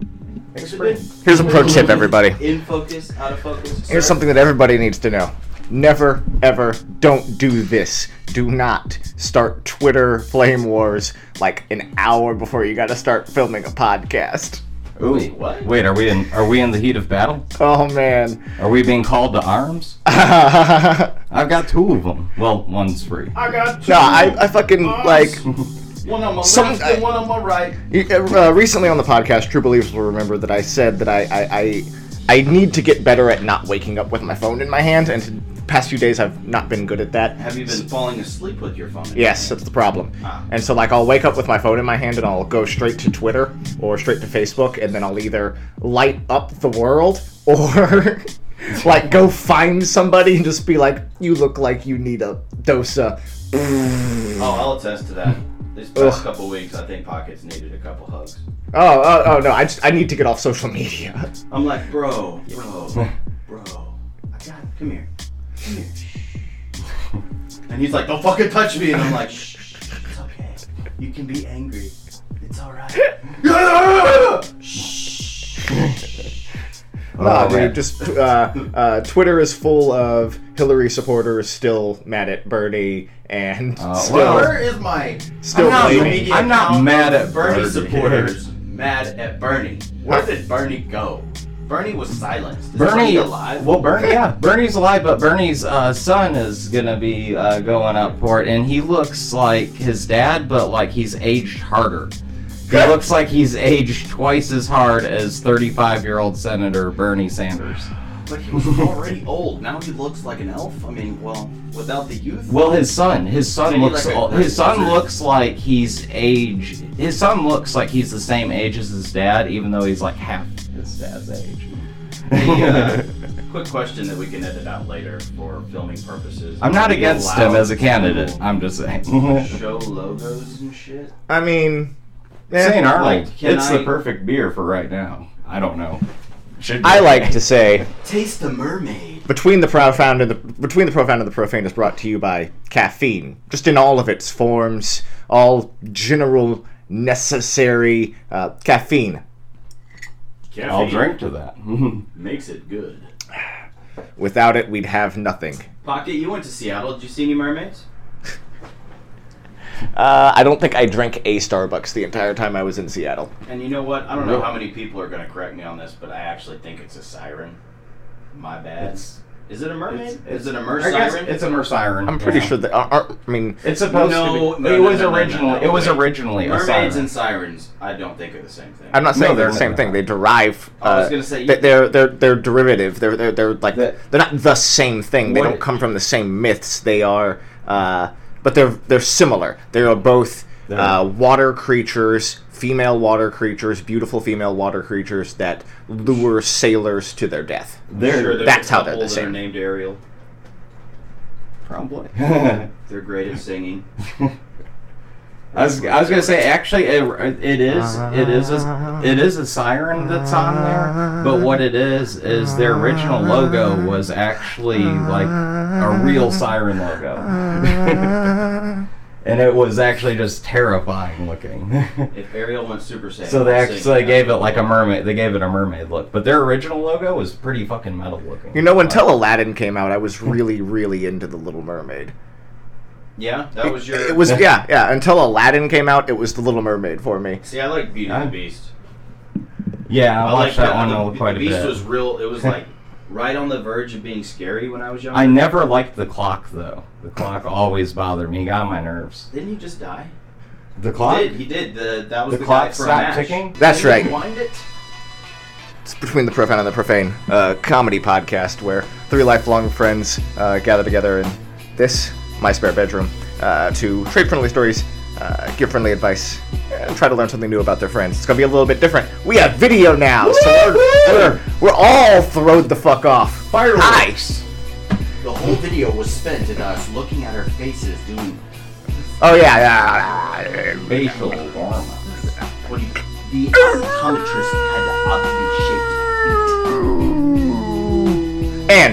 next It's a spring. good- Here's a pro tip, everybody. In focus, out of focus. Here's Sorry. something that everybody needs to know. Never, ever, don't do this. Do not start Twitter flame wars like an hour before you got to start filming a podcast. Ooh. Wait, what? Wait, are we in? Are we in the heat of battle? Oh man. Are we being called to arms? I've got two of them. Well, one's free. I got two. No, I, I fucking arms. like One on my Some- left and one on my right. you- uh, recently on the podcast. True believers will remember that I said that I I, I I need to get better at not waking up with my phone in my hand, and the past few days I've not been good at that. Have you been falling asleep with your phone? in Yes, that's the problem. Ah. And so, like, I'll wake up with my phone in my hand and I'll go straight to Twitter or straight to Facebook, and then I'll either light up the world or, like, go find somebody and just be like, you look like you need a dosa. Oh, I'll attest to that. This past Ugh. couple weeks, I think Pockets needed a couple hugs. Oh, oh, oh, no, I, just, I need to get off social media. I'm like, bro, bro, bro. I got it. Come here. Come here. And he's like, don't fucking touch me. And I'm like, shh, shh, shh, it's okay. You can be angry. It's alright. Nah, Oh, dude, man. just uh, uh, Twitter is full of Hillary supporters still mad at Bernie and Uh, still. well, Where is my Still I'm not, blaming- immediate I'm not account mad of at Bernie, Bernie. supporters. Mad at Bernie. Where did Bernie go? Bernie was silenced. Is Bernie, alive. well, Bernie, yeah, Bernie's alive, but Bernie's uh, son is gonna be uh, going up for it, and he looks like his dad, but like he's aged harder. He looks like he's aged twice as hard as 35-year-old Senator Bernie Sanders. But he was already old. Now he looks like an elf. I mean, well, without the youth. Well, his son, his So son he looks, like a- al- his son lizard. looks like he's age. His son looks like he's the same age as his dad, even though he's like half his dad's age. The, uh, quick question that we can edit out later for filming purposes. I'm not Are we against him allowed as a candidate. to I'm just saying. show logos and shit. I mean. eh. St. Arnold. Like, can It's I- the perfect beer for right now. I don't know. Should be. I like to say Taste the mermaid. Between the profound and the between the profound and the profane is brought to you by caffeine, just in all of its forms, all general necessary uh, caffeine. I'll Caffeine drink to that. Makes it good. Without it, we'd have nothing. Pocket, you went to Seattle. Did you see any mermaids? Uh, I don't think I drank a Starbucks the entire time I was in Seattle. And you know what? I don't know Really? how many people are going to correct me on this, but I actually think it's a siren. My bad. It's- is it a mermaid? it's- it's- is it a mer I guess siren? it's a mer siren. I'm pretty yeah. sure that uh, uh, I mean It's supposed No, to be. no, it no, was no, no, no, no, originally. it was wait. originally a mermaids siren. and sirens. I don't think are the same thing. I'm not No, saying they're they're the same not. thing. They derive. Uh, I was gonna say- they- they're they're they're derivative. They're they're, they're like That- they're not the same thing. They What- don't come from the same myths. They are, uh, but they're they're similar. They are both They're- uh, water creatures, female water creatures, beautiful female water creatures that lure sailors to their death. They're Sure, there's that's a how they're couple the that same. Are named Ariel. probably. They're great at singing. I was, I was gonna say actually it, it is it is a, it is a siren that's on there but what it is is their original logo was actually like a real siren logo and it was actually just terrifying looking If Ariel went Super Saiyan, so they I'd sing. actually gave it like a mermaid they gave it a mermaid look but their original logo was pretty fucking metal looking You know, until Aladdin came out, I was really really into the Little Mermaid. Yeah, that was your. It was yeah yeah. Until Aladdin came out, it was the Little Mermaid for me. See, I like Beauty and the Beast. yeah I watched like that one the, quite the a Beast bit was real. It was like right on the verge of being scary when I was young. I never liked the clock though the clock always bothered me It got on my nerves Didn't he just die? the clock He did. He did. The that was The the, clock guy from stopped MASH. ticking? That's Didn't right. he Wind it. It's Between the Profound and the Profane, a comedy podcast where three lifelong friends uh, gather together in this, my spare bedroom, uh, to trade friendly stories, uh, give friendly advice, and try to learn something new about their friends. It's going to be a little bit different. We have video now, so we're, we're, we're all throwed the fuck off. Fireworks! The whole video was spent in us looking at our faces doing Oh, yeah, yeah. yeah. facial warm-ups. what do you, the optometrist had oddly shaped feet. And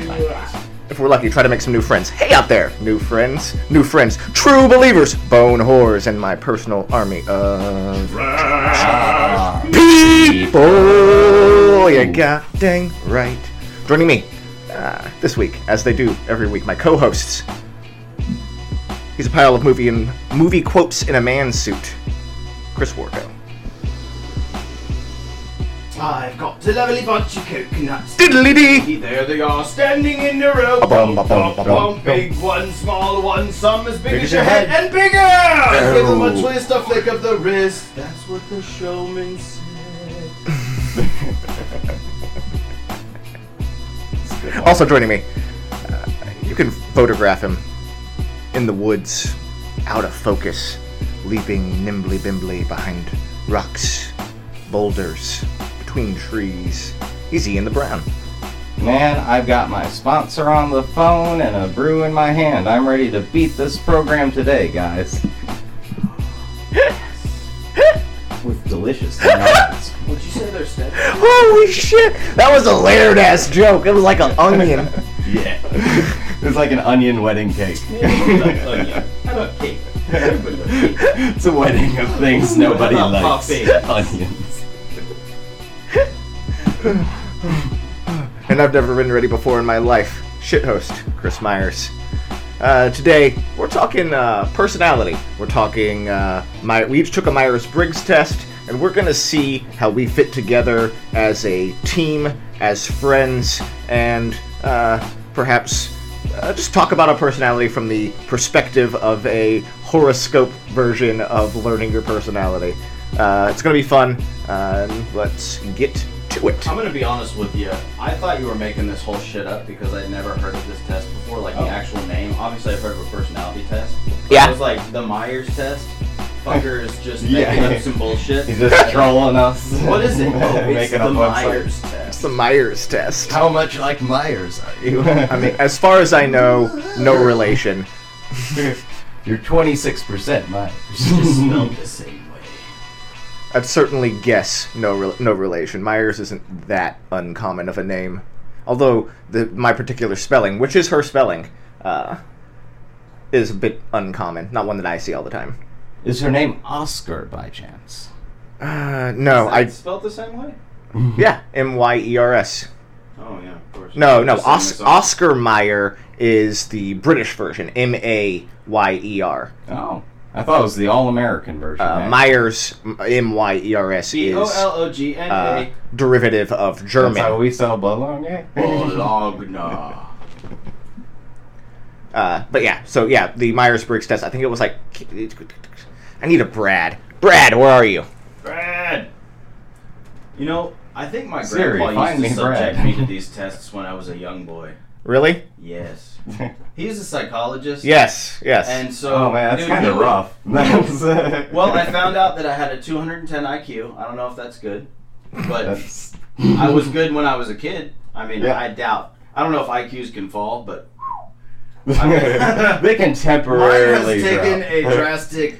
if we're lucky, try to make some new friends. Hey out there, new friends, new friends, true believers, bone whores, and my personal army of Ah. people. you got dang right. Joining me uh, this week, as they do every week, my co-hosts. He's a pile of movie and movie quotes in a man suit. Chris Wargo. I've got a lovely bunch of coconuts. Diddly dee. There they are, standing in a row. Ba-bum, Bump, bump, ba-bum, ba-bum, bump. Big one, small one, some as big as your head, and bigger! Give them a twist, a flick of the wrist. That's what the showman said. Also joining me, uh, you can photograph him in the woods, out of focus, leaping nimbly bimbly behind rocks, boulders, between trees. He's Ian the Brown. Man, I've got my sponsor on the phone and a brew in my hand. I'm ready to beat this program today, guys. With delicious nuts. Would you say they're standing? Holy shit! That was a layered ass joke. It was like an onion. Yeah. It's like an onion wedding cake. Yeah, How about cake? Everybody loves cake. it's a wedding of things nobody What about likes. puffy? Onions. and I've never been ready before in my life. Shit host, Chris Myers. Uh, today, we're talking uh, personality. We're talking, uh, my, we each took a Myers Briggs test, and we're going to see how we fit together as a team, as friends, and uh, perhaps uh, just talk about our personality from the perspective of a horoscope version of learning your personality. Uh, it's going to be fun. Uh, let's get to it. I'm gonna be honest with you. I thought you were making this whole shit up because I'd never heard of this test before, like the actual name. Obviously, I've heard of a personality test. but Yeah. It was like the Myers test. Fucker is just Yeah. making up some bullshit. He's just trolling us. what is it? Oh, it's the Making up websites. Myers It's test. the Myers test. How much like Myers are you? I mean, as far as I know, no relation. You're 26% Myers. Just spelled the same way. I'd certainly guess no rel no relation. Myers isn't that uncommon of a name, although the, my particular spelling, which is her spelling, uh, is a bit uncommon. Not one that I see all the time. Is her name Oscar by chance? Uh, no, Is I that spelled the same way? yeah, M Y E R S. Oh yeah, of course. No, no, Just saying Os- this off- Oscar Meyer is the British version. M A Y E R. Oh. I thought it was the all American version. Uh, man. Myers M Y E R S B O is L O G N uh, A. derivative of That's German. how we sell bologna. Oh, Bologna. Uh, but yeah, so yeah, the Myers Briggs test. I think it was like, I need a Brad. Brad, where are you? Brad. You know, I think my Siri, grandpa find used to me subject Brad. me to these tests when I was a young boy. Really? Yes. He's a psychologist. Yes, yes. And so, oh man, that's dude, kind he of would- rough. Well, I found out that I had a 210 IQ. I don't know if that's good, but That's, I was good when I was a kid. I mean, Yeah. I doubt. I don't know if IQs can fall, but they can mine has temporarily. taken drop. a drastic.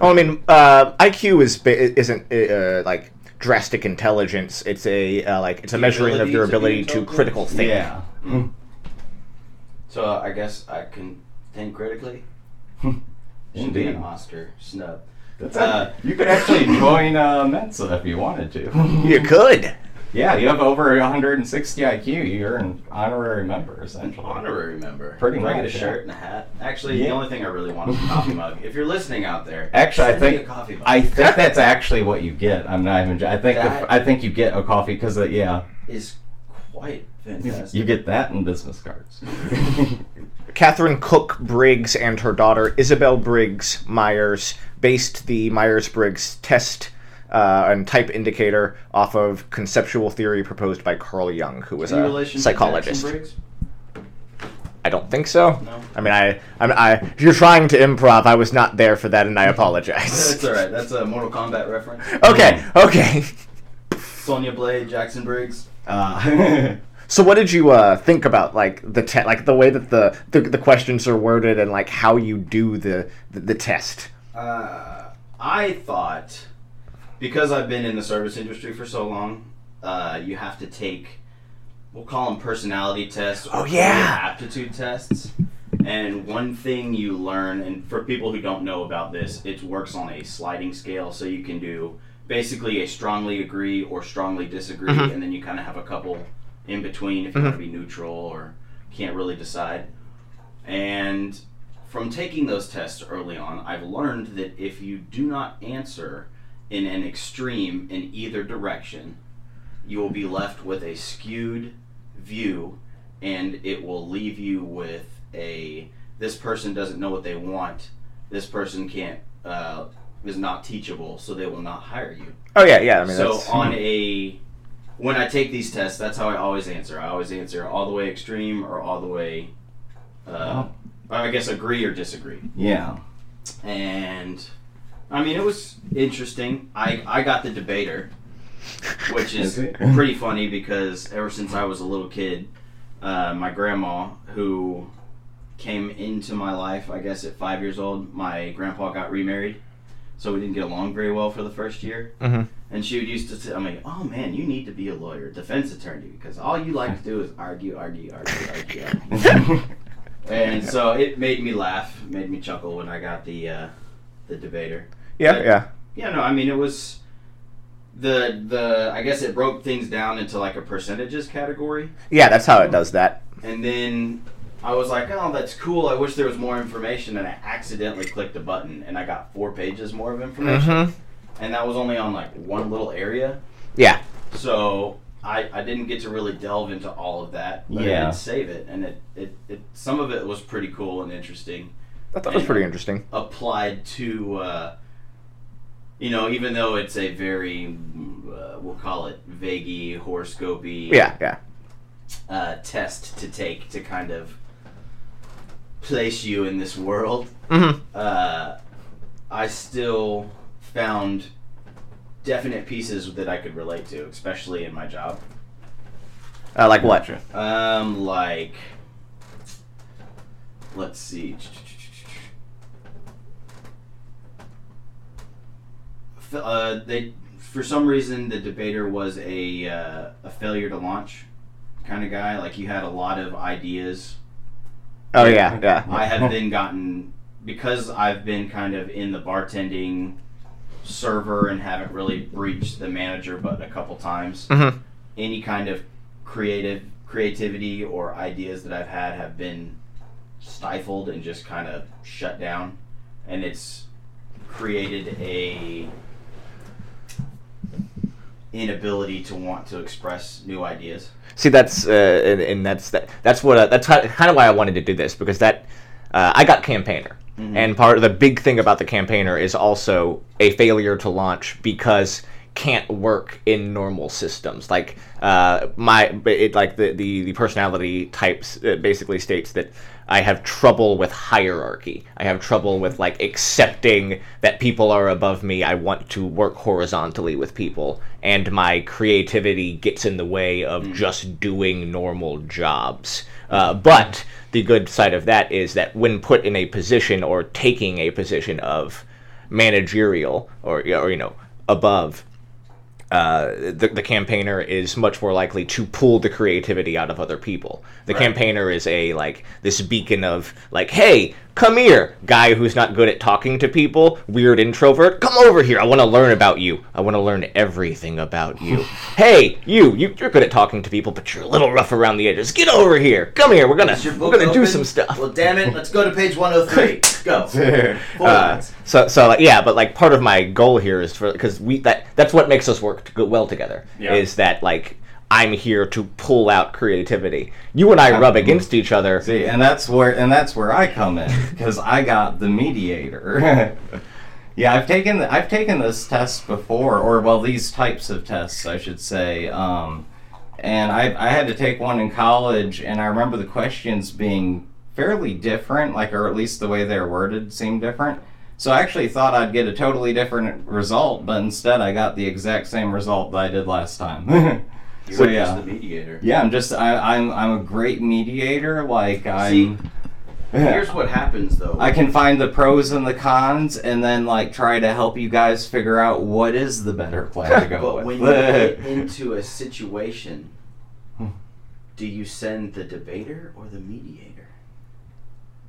oh, I mean, uh, IQ is ba- isn't uh, like drastic intelligence. It's a uh, like it's a The measuring of your ability ability to be to intelligent? critical think. Yeah. Mm. So I guess I can think critically. Should be an Oscar snub. That's Uh, you could actually join uh, Mensa if you wanted to. You could. yeah, you have over 160 IQ. You're an honorary member, essentially. honorary member. Pretty If I get a much, yeah. shirt and a hat. Actually, the Yeah. only thing I really want is a coffee mug. If you're listening out there, Actually, I send me think a coffee mug. I think that's actually what you get. I'm not even. j- I think That- the, I think you get a coffee because yeah, is quite fantastic. you get that in business cards. Catherine Cook Briggs and her daughter Isabel Briggs Myers based the Myers Briggs test uh, and type indicator off of conceptual theory proposed by Carl Jung, who was Any a relation to psychologist. Jackson Briggs? I don't think so. No. I mean, I, I, I, if you're trying to improv, I was not there for that, and I apologize. That's all right. That's a Mortal Kombat reference. okay, okay. Sonya Blade, Jackson Briggs. Uh, So, what did you uh, think about like the te- like the way that the, the the questions are worded and like how you do the the, the test? Uh, I thought because I've been in the service industry for so long, uh, you have to take we'll call them personality tests. Or Oh, yeah. aptitude tests. And one thing you learn, and for people who don't know about this, it works on a sliding scale, so you can do basically a strongly agree or strongly disagree, Mhm. and then you kind of have a couple in between Mm-hmm. if you want to be neutral or can't really decide. And from taking those tests early on, I've learned that if you do not answer in an extreme in either direction, you will be left with a skewed view and it will leave you with a this person doesn't know what they want, this person can't uh, is not teachable, so they will not hire you. Oh yeah, yeah. I mean, so that's, on a when I take these tests, that's how I always answer. I always answer all the way extreme or all the way, uh, I guess agree or disagree. Yeah. And I mean, it was interesting. I I got the debater, which is Okay. pretty funny because ever since I was a little kid, uh, my grandma who came into my life, I guess at five years old, my grandpa got remarried, so we didn't get along very well for the first year. Mhm. And she would used to say, I'm like, oh man, you need to be a lawyer, defense attorney, because all you like to do is argue, argue, argue, argue. argue." and so it made me laugh, made me chuckle when I got the uh, the debater. yeah, yeah. Yeah, no, I mean it was the the I guess it broke things down into like a percentages category, Yeah, that's how it does that. and then I was like, oh, that's cool. I wish there was more information, and I accidentally clicked a button, and I got four pages more of information, Mhm. and that was only on like one little area. Yeah. So I, I didn't get to really delve into all of that, but I Yeah. did save it, and it, it, it some of it was pretty cool and interesting. I thought it was pretty interesting. Applied to, uh, you know, even though it's a very, uh, we'll call it vaguey, horoscopy Yeah, yeah. uh, test to take to kind of place you in this world Mhm. uh, I still found definite pieces that I could relate to, especially in my job. Uh, like what? Um, like, let's see. F- Uh, they, for some reason, the debater was a uh, a failure to launch kind of guy. Like, you had a lot of ideas Oh yeah, yeah. I have then gotten because I've been kind of in the bartending server and haven't really breached the manager but a couple times. Mhm. Any kind of creative creativity or ideas that I've had have been stifled and just kind of shut down and it's created a inability to want to express new ideas. See, that's uh, and, and that's that, that's what uh, that's kind of why I wanted to do this because that uh, I got campaigner, and part of the big thing about the campaigner is also a failure to launch because can't work in normal systems. Like uh, my, but it like the the, the personality types uh, basically states that I have trouble with hierarchy. I have trouble with like accepting that people are above me. I want to work horizontally with people, and my creativity gets in the way of just doing normal jobs. Uh, but the good side of that is that when put in a position or taking a position of managerial or or you know above uh, the, the campaigner is much more likely to pull the creativity out of other people. The campaigner is a like this beacon of like, hey, come here, guy who's not good at talking to people, weird introvert, come over here. I want to learn about you. I want to learn everything about you. hey, you, you, you're good at talking to people, but you're a little rough around the edges. Get over here. Come here. We're gonna Is your we're book gonna do open? some stuff. Well, damn it, let's go to page 103. Go. Four Uh, lines. so, so like, yeah, but like part of my goal here is for because we that that's what makes us work to go well together Yeah. is that like I'm here to pull out creativity. You and I rub against each other. See, and that's where and that's where I come in because I got the mediator. yeah, I've taken I've taken this test before, or well, these types of tests, I should say. Um, and I I had to take one in college, and I remember the questions being fairly different, like or at least the way they're worded seemed different. So I actually thought I'd get a totally different result, but instead I got the exact same result that I did last time. You're so just yeah. the mediator. Yeah, I'm just I, I'm I'm a great mediator. Like See, I'm, here's what happens though. I can find the pros and the cons, and then like try to help you guys figure out what is the better plan to go but when with. you get into a situation, Hmm. do you send the debater or the mediator?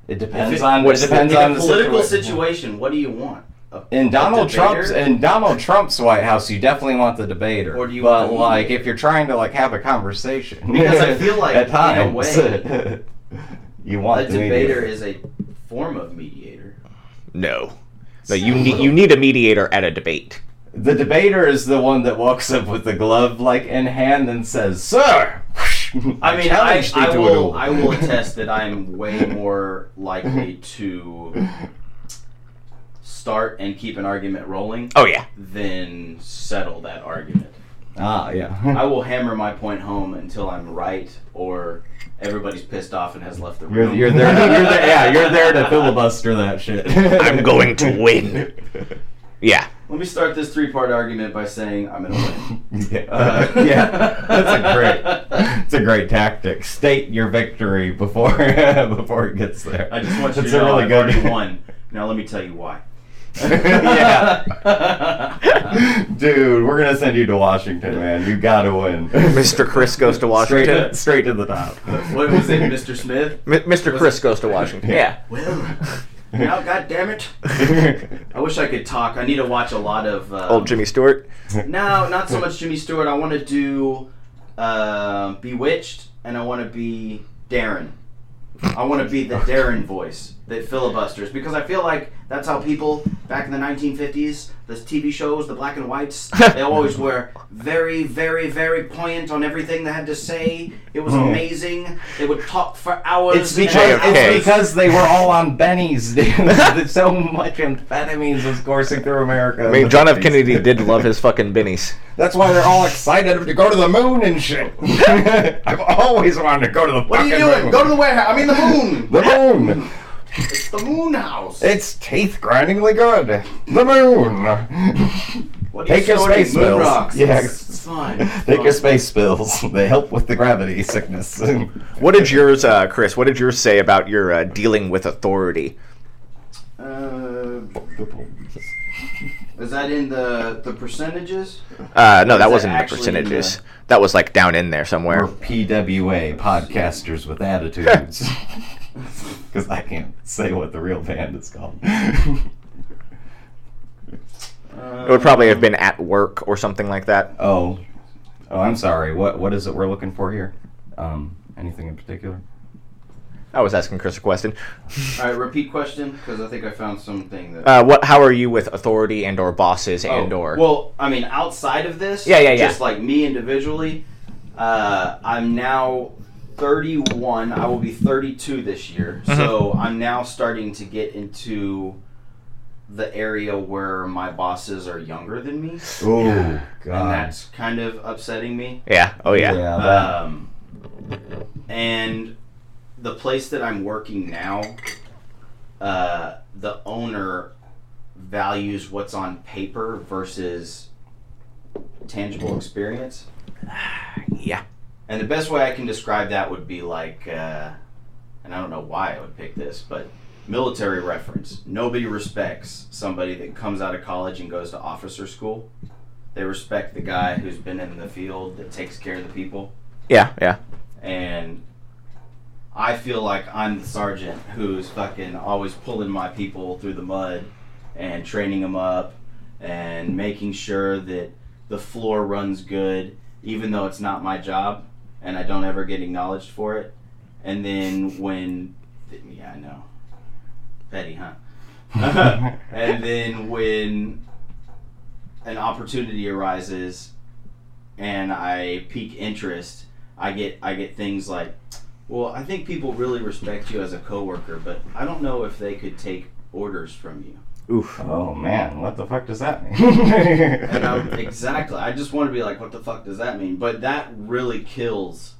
it depends If it- on what's it depends In on a the political situation. situation, what do you want? In Donald Trump's debater? in Donald Trump's White House, you definitely want the debater. Or do you but want the like mediator? if you're trying to like have a conversation, Because I feel like, at in a times, way, you A want the debater mediator. is a form of mediator. No. No, you need you need a mediator at a debate. The debater is the one that walks up with the glove like in hand and says, "Sir." I mean, I, challenge thee I to a will duel." I will attest that I am way more likely to start and keep an argument rolling Oh yeah. than settle that argument. ah, yeah. I will hammer my point home until I'm right or everybody's pissed off and has left the You're, room. you're there. You're there. Yeah, you're there to filibuster that shit. I'm going to win. Yeah. Let me start this three-part argument by saying I'm gonna win. Yeah, uh, yeah. that's a great, it's a great tactic. State your victory before before it gets there. I just want you It's to a know really I've good already won. Now let me tell you why. Yeah. Dude, we're gonna send you to Washington, man. You gotta win. Mr. Chris goes to Straight Washington. to, straight to the top. What was it, Mr. Smith? M- Mr. Was- Chris goes to Washington. Yeah. Well, now, God damn it! I wish I could talk. I need to watch a lot of. Uh, Old Jimmy Stewart. No, not so much Jimmy Stewart. I want to do uh, Bewitched, and I want to be Darren. I want to be the Darren voice that filibusters because I feel like that's how people back in the 1950s, the TV shows, the black and whites, they always were very, very, very poignant on everything they had to say. It was amazing. They would talk for hours. Hmm. It's and because, JFK. it's because they were all on Benny's. dude. There's so much amphetamines was coursing through America. I mean, John F. Kennedy did love his fucking bennies. That's why they're all excited to go to the moon and shit. I've always wanted to go to the What are fucking you doing? moon. Go to the warehouse. I mean the moon. the moon. It's the moon house. It's teeth grindingly good. The moon. What Take your snorting? space Moon pills. rocks. Yeah. It's, it's fine. Take your space pills. They help with the gravity sickness. What did yours, uh, Chris? What did yours say about your uh, dealing with authority? Uh, is that in the the percentages? Uh, no, Is that that wasn't in the actually in percentages. the- That was like down in there somewhere. We're PWA podcasters with attitudes. Because I can't say what the real band is called. Uh, It would probably have been at work or something like that. oh, oh, I'm sorry. What what is it we're looking for here? Um, anything in particular? I was asking Chris a question. All right, repeat question because I think I found something that. Uh, what? How are you with authority and or bosses and Oh, or? Well, I mean, outside of this, Yeah, yeah, yeah. Just like me individually, uh, I'm now 31. I will be 32 this year, Mm-hmm. so I'm now starting to get into the area where my bosses are younger than me, Oh and that's kind of upsetting me. yeah. Oh yeah. that- Um, and the place that I'm working now, uh, the owner values what's on paper versus tangible experience. Yeah. And the best way I can describe that would be like, uh, and I don't know why I would pick this, but military reference. Nobody respects somebody that comes out of college and goes to officer school. They respect the guy who's been in the field that takes care of the people Yeah. Yeah. and I feel like I'm the sergeant who's fucking always pulling my people through the mud and training them up and making sure that the floor runs good, even though it's not my job and I don't ever get acknowledged for it. And then when, yeah, I know, petty, huh? and then when an opportunity arises and I pique interest, I get I get things like, well, I think people really respect you as a coworker, but I don't know if they could take orders from you. Oof. Oh man, what the fuck does that mean? And um, I'm exactly. I just want to be like, what the fuck does that mean? But that really kills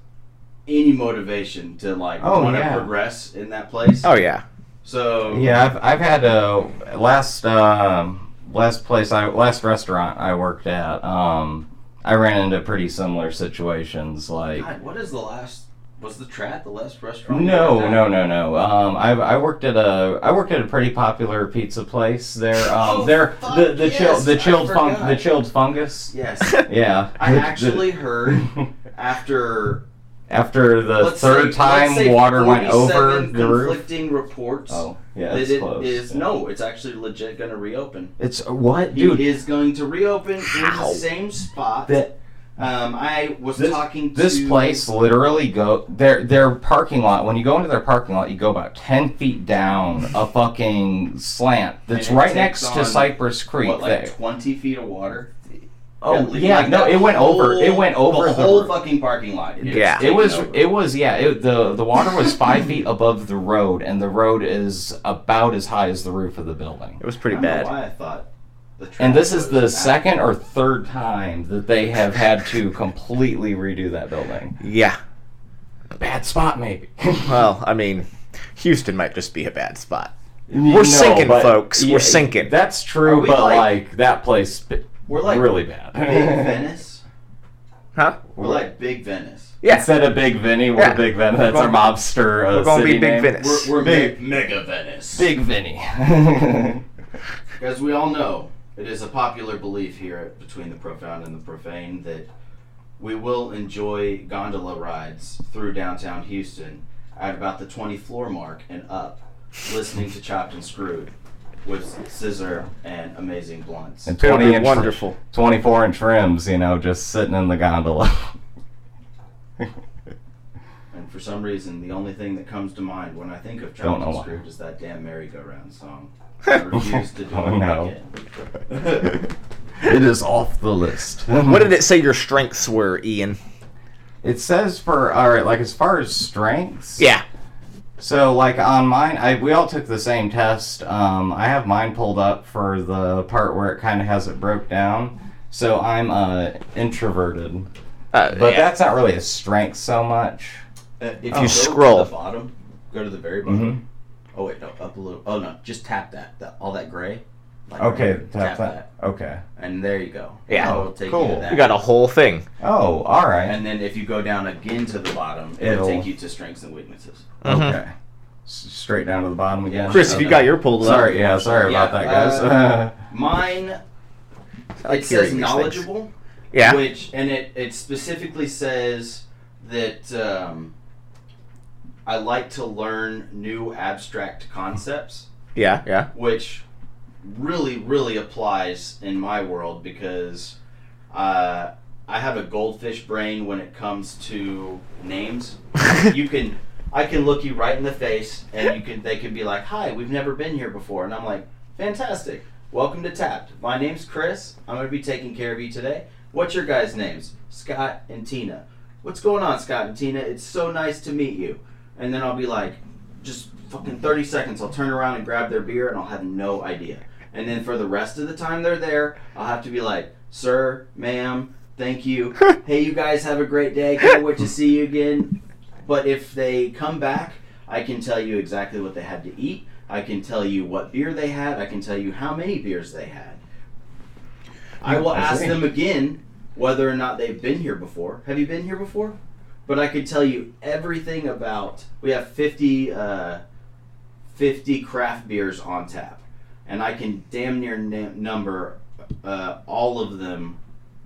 any motivation to like Oh, want to yeah. progress in that place. Oh yeah. So Yeah, I've, I've had a last um, last place I last restaurant I worked at. Um, I ran into pretty similar situations. Like God, what is the last? Was the trap the last restaurant? no, Yeah. no, no, no. Um, I, I worked at a I worked at a pretty popular pizza place. There, um, Oh, there fuck, the the chilled yes, the I chilled fun, forgot. the chilled fungus. Yes, Yeah, I The- actually heard after after the let's third say- let's time say water went over 47 the roof. conflicting reports Oh, Yeah, It- it's it close. is- no, it's actually legit going to reopen. It's what, Dude, dude? he is going to reopen How? in the same spot. That um, I was this, talking to this place literally go their their parking lot. When you go into their parking lot, you go about ten feet down a fucking slant that's And it right takes next to on, Cypress Creek. what, like there. twenty feet of water. Oh At least, yeah, like, no, that it went over. It whole- went over the the, whole ro- fucking parking lot. It's Yeah. It taken was. over. It was. Yeah. It, the the water was five feet above the road, and the road is about as high as the roof of the building. It was pretty I don't know bad. why I thought. The And this track is the was bad. second or third time that they have had to completely redo that building. Yeah. Bad spot, maybe. Well, I mean, Houston might just be a bad spot. We're sinking, folks. We're sinking. That's Are true, we but like- like, that place, b- We're like really Big bad. Venice. Huh? We're like Big Venice. Yeah. Instead of Big Vinny, we're Yeah. Big Vinny. That's gonna- our mobster. Uh, We're gonna be city Big name. Venice. We're, we're Big- big, mega Venice. Big Vinny. As we all know, it is a popular belief here at Between the Profound and the Profane that we will enjoy gondola rides through downtown Houston at about the 20 floor mark and up, listening to Chopped and Screwed with Scissor and Amazing Blunts. and It'll 20 be inch wonderful. 24 inch rims, you know, just sitting in the gondola. And for some reason, the only thing that comes to mind when I think of Don't Chopped know and why. Screwed is that damn merry-go-round song. I refuse to do Oh, it no. again. it is off the list. What did it say your strengths were, Ian? It says for all right, like as far as strengths. Yeah. So like on mine, I we all took the same test. Um, I have mine pulled up for the part where it kind of has it broke down. So I'm uh, introverted, Uh, but yeah. that's not really a strength so much. Uh, if Oh. you Scroll. go to the bottom, go to the very bottom. Mhm. Oh wait, no, up a little. Oh no, just tap that, that all that gray. Like, Okay, right, tap that. Okay. and there you go. Yeah. That'll take You, Cool. to that. you got a whole thing. Oh, all right. And then if you go down again to the bottom, it'll, It'll- take you to strengths and weaknesses. Mhm. Mm-hmm. Okay. S- straight down to the bottom again. Oh, Chris, if you got your pulled up, Sorry, yeah, sorry about Yeah, that, guys. uh, Mine, I like it says hearing these things. knowledgeable. yeah, Which and it it specifically says that um, I like to learn new abstract concepts. yeah, yeah. which really really applies in my world because uh, I have a goldfish brain when it comes to names. you can I can look you right in the face and you can they can be like, "Hi, we've never been here before," and I'm like, "Fantastic, welcome to Tapped. My name's Chris. I'm gonna be taking care of you today. What's your guys' names? Scott and Tina. What's going on, Scott and Tina? It's so nice to meet you." And then I'll be like, just fucking 30 seconds. I'll turn around and grab their beer and I'll have no idea. And then for the rest of the time they're there, I'll have to be like, sir, ma'am, thank you. hey, you guys have a great day. Can't wait to see you again. But if they come back, I can tell you exactly what they had to eat. I can tell you what beer they had. I can tell you how many beers they had. I will I ask see. them again whether or not they've been here before. Have you been here before? But I could tell you everything about. We have 50, uh, 50 craft beers on tap, and I can damn near na- number uh, all of them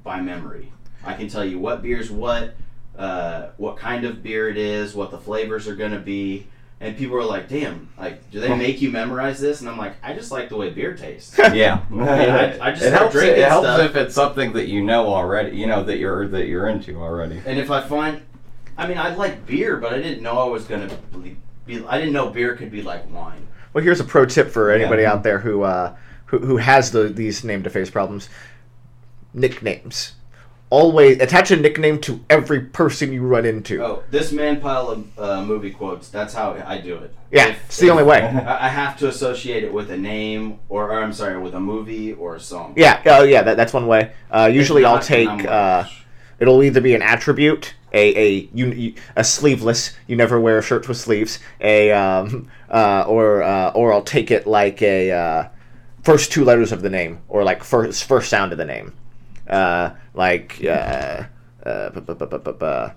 by memory. I can tell you what beers, what uh, what kind of beer it is, what the flavors are gonna be. And people are like, "Damn! Like, do they make you memorize this?" And I'm like, "I just like the way beer tastes." yeah, I- I just it start helps. drinking It helps stuff. if it's something that you know already. You know that you're that you're into already. And if I find, I mean, I like beer, but I didn't know I was gonna be. be I didn't know beer could be like wine. Well, here's a pro tip for Yeah. anybody out there who uh, who, who has the, these name to face problems. Nicknames. Always attach a nickname to every person you run into. Oh, this man pile of uh, movie quotes. That's how I do it. yeah, If- it's the only way. I I have to associate it with a name, or, or I'm sorry, with a movie or a song. Yeah, oh yeah, that, that's one way. Uh, usually, If I'll not, then I'm take. like, Uh, It'll either be an attribute, a a you, you- a sleeveless. You never wear a shirt with sleeves. A um uh or uh, or I'll take it like a uh, first two letters of the name or like first first sound of the name, uh like uh, uh bu- bu- bu- bu- bu- bu-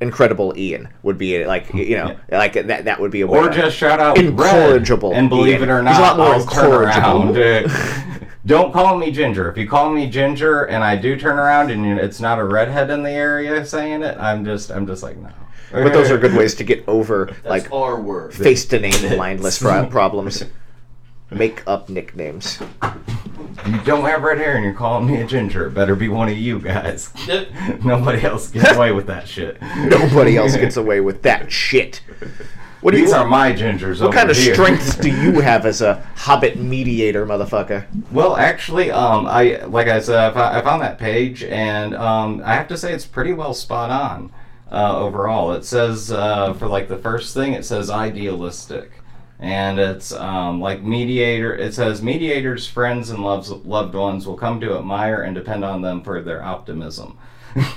incredible Ian would be like you know like that that would be a way Or out. just shout out Incorrigible, Red, and believe Ian. it or He's a lot not, more I'll turn around. incorrigible. uh, Don't call me Ginger. If you call me Ginger and I do turn around and you- it's not a redhead in the area saying it, I'm just I'm just like no. But those are good ways to get over That's like our word. face to name mindless pro- problems. Make up nicknames. You don't have red hair and you're calling me a ginger. It better be one of you guys. Yep. Nobody else gets away with that shit. Nobody else gets away with that shit. What do you? These are my gingers. What kind of strengths do you have as a hobbit mediator, motherfucker? Well, actually, um, I like I said, I, fo- I found that page, and um, I have to say it's pretty well spot on uh, overall. It says uh, for like the first thing, it says idealistic, and it's um, like mediator. It says mediators, friends, and loves, loved ones will come to admire and depend on them for their optimism.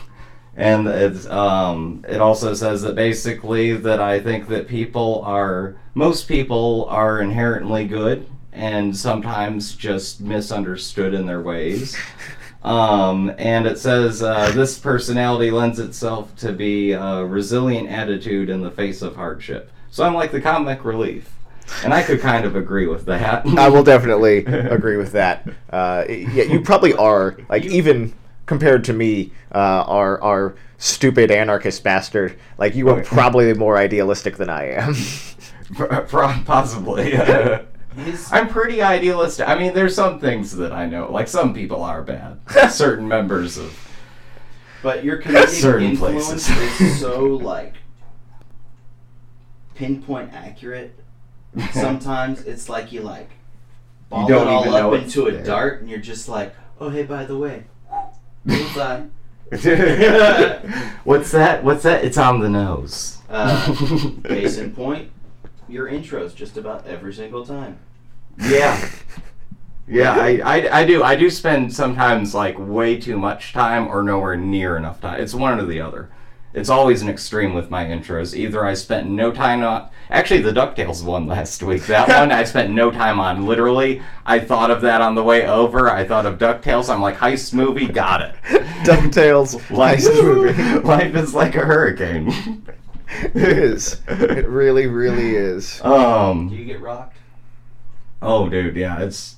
and it's um, it also says that basically that I think that people are most people are inherently good and sometimes just misunderstood in their ways. Um, and it says uh, this personality lends itself to be a resilient attitude in the face of hardship. So I'm like the comic relief, and I could kind of agree with that. I will definitely agree with that. Uh, yeah, you probably are like even compared to me, uh, our our stupid anarchist bastard. Like you are Okay. probably more idealistic than I am. Pro- pro- possibly. His- I'm pretty idealistic. I mean, there's some things that I know. Like some people are bad. Certain members of. But your comedic Certain influence places. is so like pinpoint accurate. Sometimes it's like you like ball it don't all even know up it's into a there. dart, and you're just like, oh hey, by the way, bullseye. What's that? What's that? It's on the nose. Uh, Case in point, your intros just about every single time. Yeah. Yeah, I, I, I do. I do spend sometimes like way too much time or nowhere near enough time. It's one or the other. It's always an extreme with my intros. Either I spent no time on. Actually, the DuckTales one last week. That one I spent no time on. Literally, I thought of that on the way over. I thought of DuckTales. I'm like, heist movie, got it. Ducktales, Life, lies movie. life is like a hurricane. It is. It really, really is. Do Um. you get rocked? Oh, dude. Yeah. It's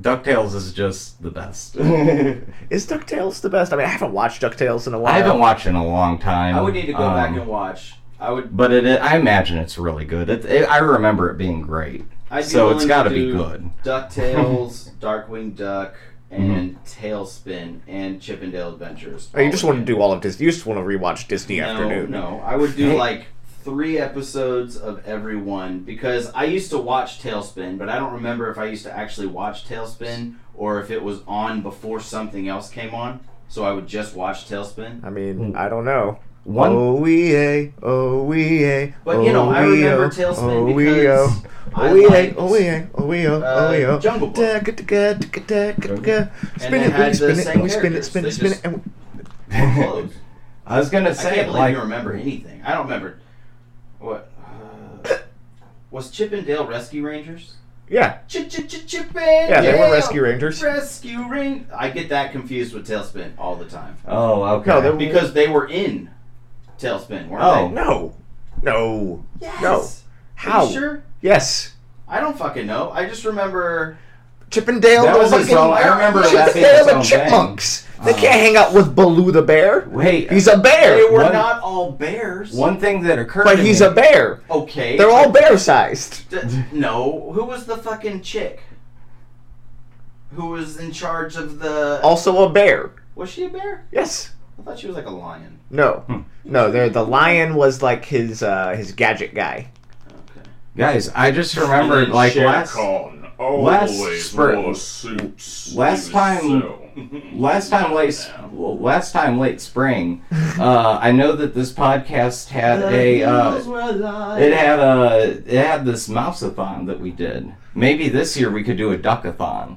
Ducktales is just the best. Is Ducktales the best? I mean, I haven't watched Ducktales in a while. I haven't watched in a long time. I would need to go back um, and watch. I would. But it, I imagine it's really good. It, it, I remember it being great. I'd be so willing it's to got to be do good. Ducktales, Darkwing Duck, and Tailspin, and Chippendale Adventures. Mm-hmm. Oh, you all just want to again. do all of Disney. You just want to rewatch Disney no, Afternoon. No, I would do Hey. like three episodes of every one because I used to watch Tailspin, but I don't remember if I used to actually watch Tailspin or if it was on before something else came on. So I would just watch Tailspin. I mean, I don't know. Oh, eh, One. OEA, OEA. But, you know, oh, I remember OEA, Tailspin OEA, I OEA, liked, uh, OEA, oh, OEA, OEA. Jungle Book. Spin they it, had we the spin it, same we spin characters. it, spin They it, spin it. just- and- Oh. Close. I was gonna I can't say believe like you remember anything. I don't remember what uh, was Chippendale Rescue Rangers. Yeah, Chip, chip, chip, chip, yeah, they were Rescue Rangers. Rescue Ring. I get that confused with Tailspin all the time Oh, okay. No, they- because they were in Tailspin, weren't Oh. No, no. they? Yes. No. Are you How? sure? Yes. I don't fucking know. I just remember. Chippendale That the was his fucking- own- I remember that being Chippendale his the own thing. Chipmunks. They Um, can't hang out with Baloo the bear. Wait. He's a They bear, were One- not all bears. one thing that occurred. but to he's me, a bear. Okay. They're all bear sized. D- no. Who was the fucking chick? Who was in charge of the? Also a bear. Was she a bear? Yes. I thought she was like a lion. No. Hmm. No, the the lion was like his uh his gadget guy. Okay. Guys, I just remembered like last. Khan last spurt- suits. last He was time- so- Last Oh, time late, well, last time late spring. Uh, I know that this podcast had a uh, It had a it had this mouseathon that we did. Maybe this year we could do a duckathon.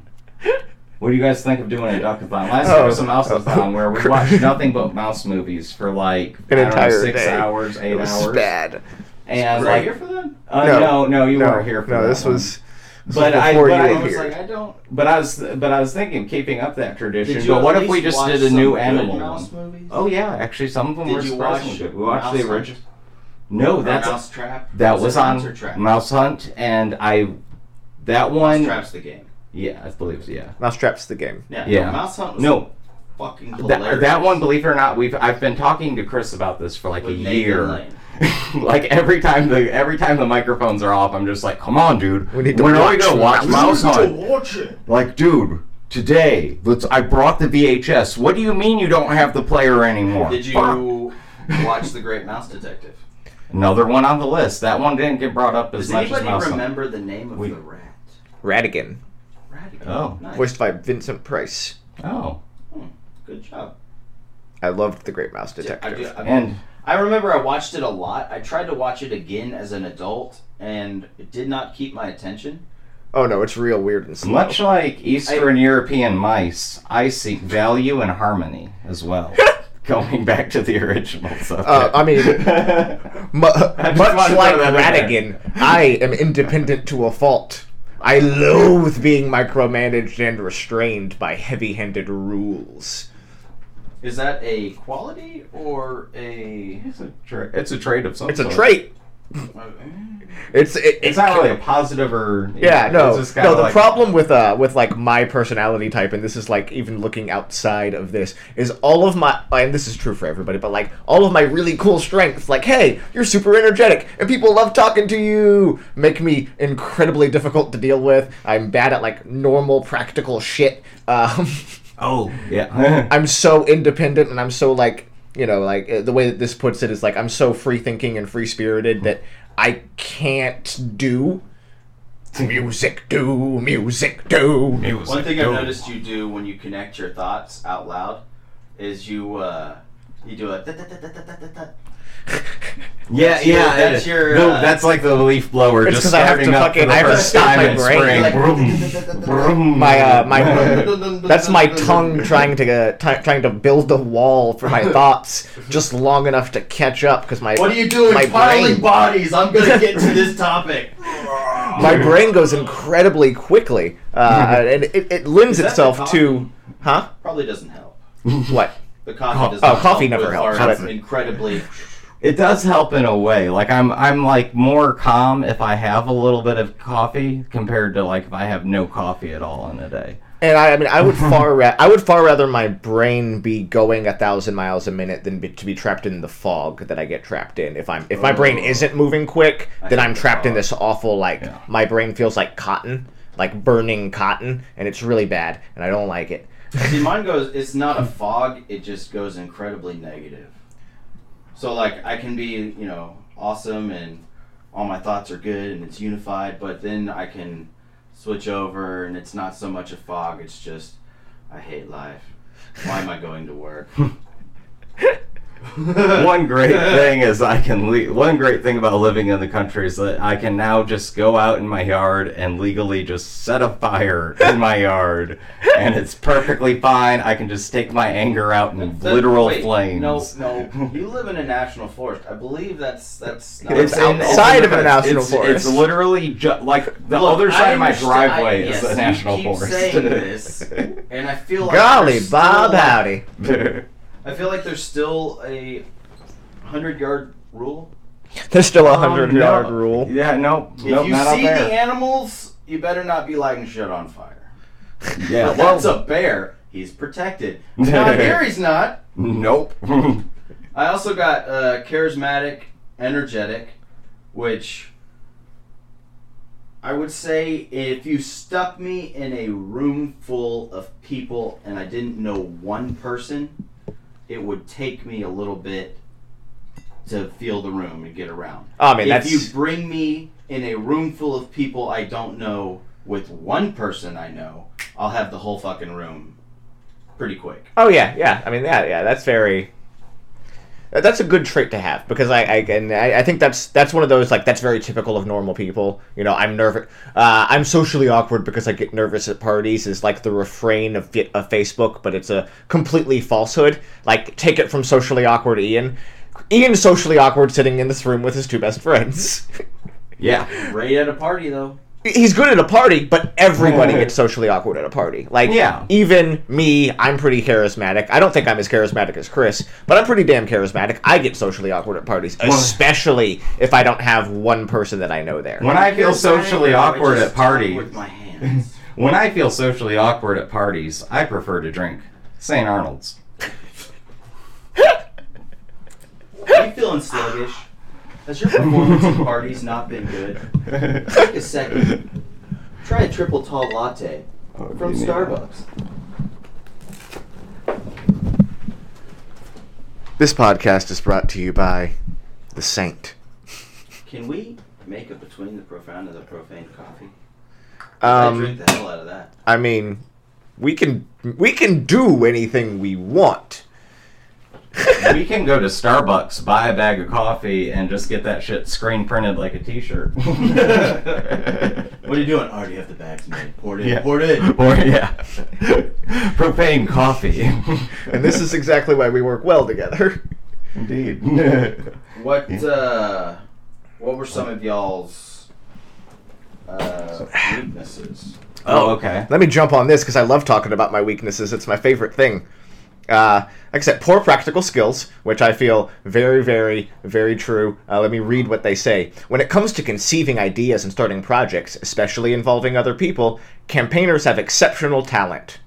What do you guys think of doing a duckathon? Last year was a Oh. mouseathon where we watched nothing but mouse movies for like An I don't know, entire six day. hours, eight It was hours, bad. and was I like here for them? uh, No. no. no, you no, weren't here for no, that this one. was this But was I- before but you I I were was here. like, I don't. But I was but I was thinking keeping up that tradition. Did you but at what if least we just watch did a some new Good animal Mouse one? movies? Oh yeah, actually some of them Did were you surprisingly watch good. We watched the Mouse Hunt? original. No, that's Mouse Trap. That It's a was on Monster Trap. Mouse Hunt, and I. That Mouse one. Trap's the game. Yeah, I believe. Yeah. Mousetrap's the game. Yeah. Yeah. No, Mouse Hunt was No, fucking that, hilarious. that one. Believe it or not, we've I've been talking to Chris about this for like With a Nathan year. Lane. like every time the every time the microphones are off, I'm just like, come on, dude. We need to when are we watch gonna watch Mouse You Hunt? watch it. Like, dude, today, let's. I brought the VHS. What do you mean you don't have the player anymore? Did Fuck. you watch The Great Mouse Detective? Another one on the list. That one didn't get brought up as Does much as anybody Mouse Hunt. remember the name of We- the rat? Radigan, Radigan. Oh. nice. voiced by Vincent Price. Oh, Good job. I loved The Great Mouse Yeah, I, Detective. do- I- and I remember I watched it a lot. I tried to watch it again as an adult, and it did not keep my attention. oh no, it's real weird and slow. much like Eastern European mice, I seek value and harmony as well. Going back to the original subject. Uh, I mean, uh, Mu- just wanted much to like throw that in Radigan, I am independent to a fault. I loathe being micromanaged and restrained by heavy-handed rules. Is that a quality or a? it's a tra- it's a trait of some. It's a sort. trait. Mm, It's it, eh. It's it not can- really a positive or Yeah, no, It's just kinda no. The like- problem with uh with like my personality type, and this is like even looking outside of this, is all of my and this is true for everybody, but like all of my really cool strengths, like hey, you're super energetic and people love talking to you, make me incredibly difficult to deal with. I'm bad at like normal practical shit. Um, Oh yeah. I'm so independent and I'm so like you know like uh, the way that this puts it is like I'm so free thinking and free spirited that I can't do music do music do One thing I've noticed you do when you connect your thoughts out loud is you uh, you do a. da- da- da- da- da- da- da. Yeah, That's your- yeah. that's it- your, no, uh, that's like the leaf blower It's just 'cause I have starting to up fucking- for the I have to first stop time my in brain. spring. Like- Vroom, vroom. My, uh, my- that's my tongue trying to uh, ti- trying to build a wall for my thoughts just long enough to catch up because my What are you doing? my Filing brain bodies. I'm gonna get to this topic. my brain goes incredibly quickly uh, and it, it lends Is that the itself coffee? to huh Probably doesn't help. what The coffee Oh, does oh, not coffee help never with helps, our but- Incredibly. It does help in a way. Like I'm, I'm like more calm if I have a little bit of coffee compared to like if I have no coffee at all in a day. And I, I mean, I would far ra- I would far rather my brain be going a thousand miles a minute than be, to be trapped in the fog that I get trapped in. If I'm if my brain Oh. isn't moving quick, I then hate I'm the trapped in fog. this awful like Yeah. my brain feels like cotton, like burning cotton, and it's really bad, and I don't like it. See, mine goes. It's not a fog. It just goes incredibly negative. So like I can be you know awesome and all my thoughts are good and it's unified, but then I can switch over and it's not so much a fog. It's just I hate life. Why am I going to work? one great thing is I can le- one great thing about living in the country is that I can now just go out in my yard and legally just set a fire in my yard and it's perfectly fine. I can just take my anger out in That- literal wait, flames. No, no. You live in a national forest. I believe that's that's. Not It's in- outside in- of a national it's, forest. It's literally ju- like the Look, other I side of my understand- driveway I- is yes, the you national keep forest. saying this. And I feel like Golly, there's Bob still, Howdy! I feel like there's still a hundred yard rule. There's still a hundred Um, no. yard rule. Yeah, no, If no, you not out see the there. animals, you better not be lighting shit on fire. yeah, But that's a bear. He's protected. Not here. He's not. nope. I also got uh, charismatic, energetic, which I would say if you stuck me in a room full of people and I didn't know one person, it would take me a little bit to feel the room and get around. Oh, I mean, if that's you bring me in a room full of people I don't know with one person I know, I'll have the whole fucking room pretty quick. Oh yeah, yeah. I mean that, yeah. That's very. that- That's a good trait to have because I, I and I, I think that's that's one of those like that's very typical of normal people. You know, I'm nervous. Uh, I'm socially awkward because I get nervous at parties. Is like the refrain of, Fi- of Facebook, but it's a completely falsehood. Like take it from socially awkward Ian. Ian's socially awkward sitting in this room with his two best friends. yeah, Right at a party though. He's good at a party, but everybody gets socially awkward at a party. Like, Yeah. even me, I'm pretty charismatic. I don't think I'm as charismatic as Chris, but I'm pretty damn charismatic. I get socially awkward at parties, especially if I don't have one person that I know there. when I feel Here's my socially hand, I awkward just at parties, With my hands. When I feel socially awkward at parties, I prefer to drink St. Arnold's. Are you feeling sluggish? Has your performance at parties not been good? Take a second. Try a triple tall latte Oh, from Starbucks. This podcast is brought to you by the Saint. Can we make a between the profound and the profane coffee? I Um, drink the hell out of that. I mean, we can we can do anything we want. we can go to Starbucks, buy a bag of coffee, and just get that shit screen printed like a T-shirt. What are you doing? Already have the bags made. Poured in. Yeah. Poured in. Or yeah, propane coffee. And this is exactly why we work well together. indeed. What uh, what were some of y'all's uh, weaknesses? oh, okay. Let me jump on this because I love talking about my weaknesses. It's my favorite thing. Uh, like I said, poor practical skills, which I feel very, very, very true. Uh, let me read what they say. When it comes to conceiving ideas and starting projects, especially involving other people, campaigners have exceptional talent.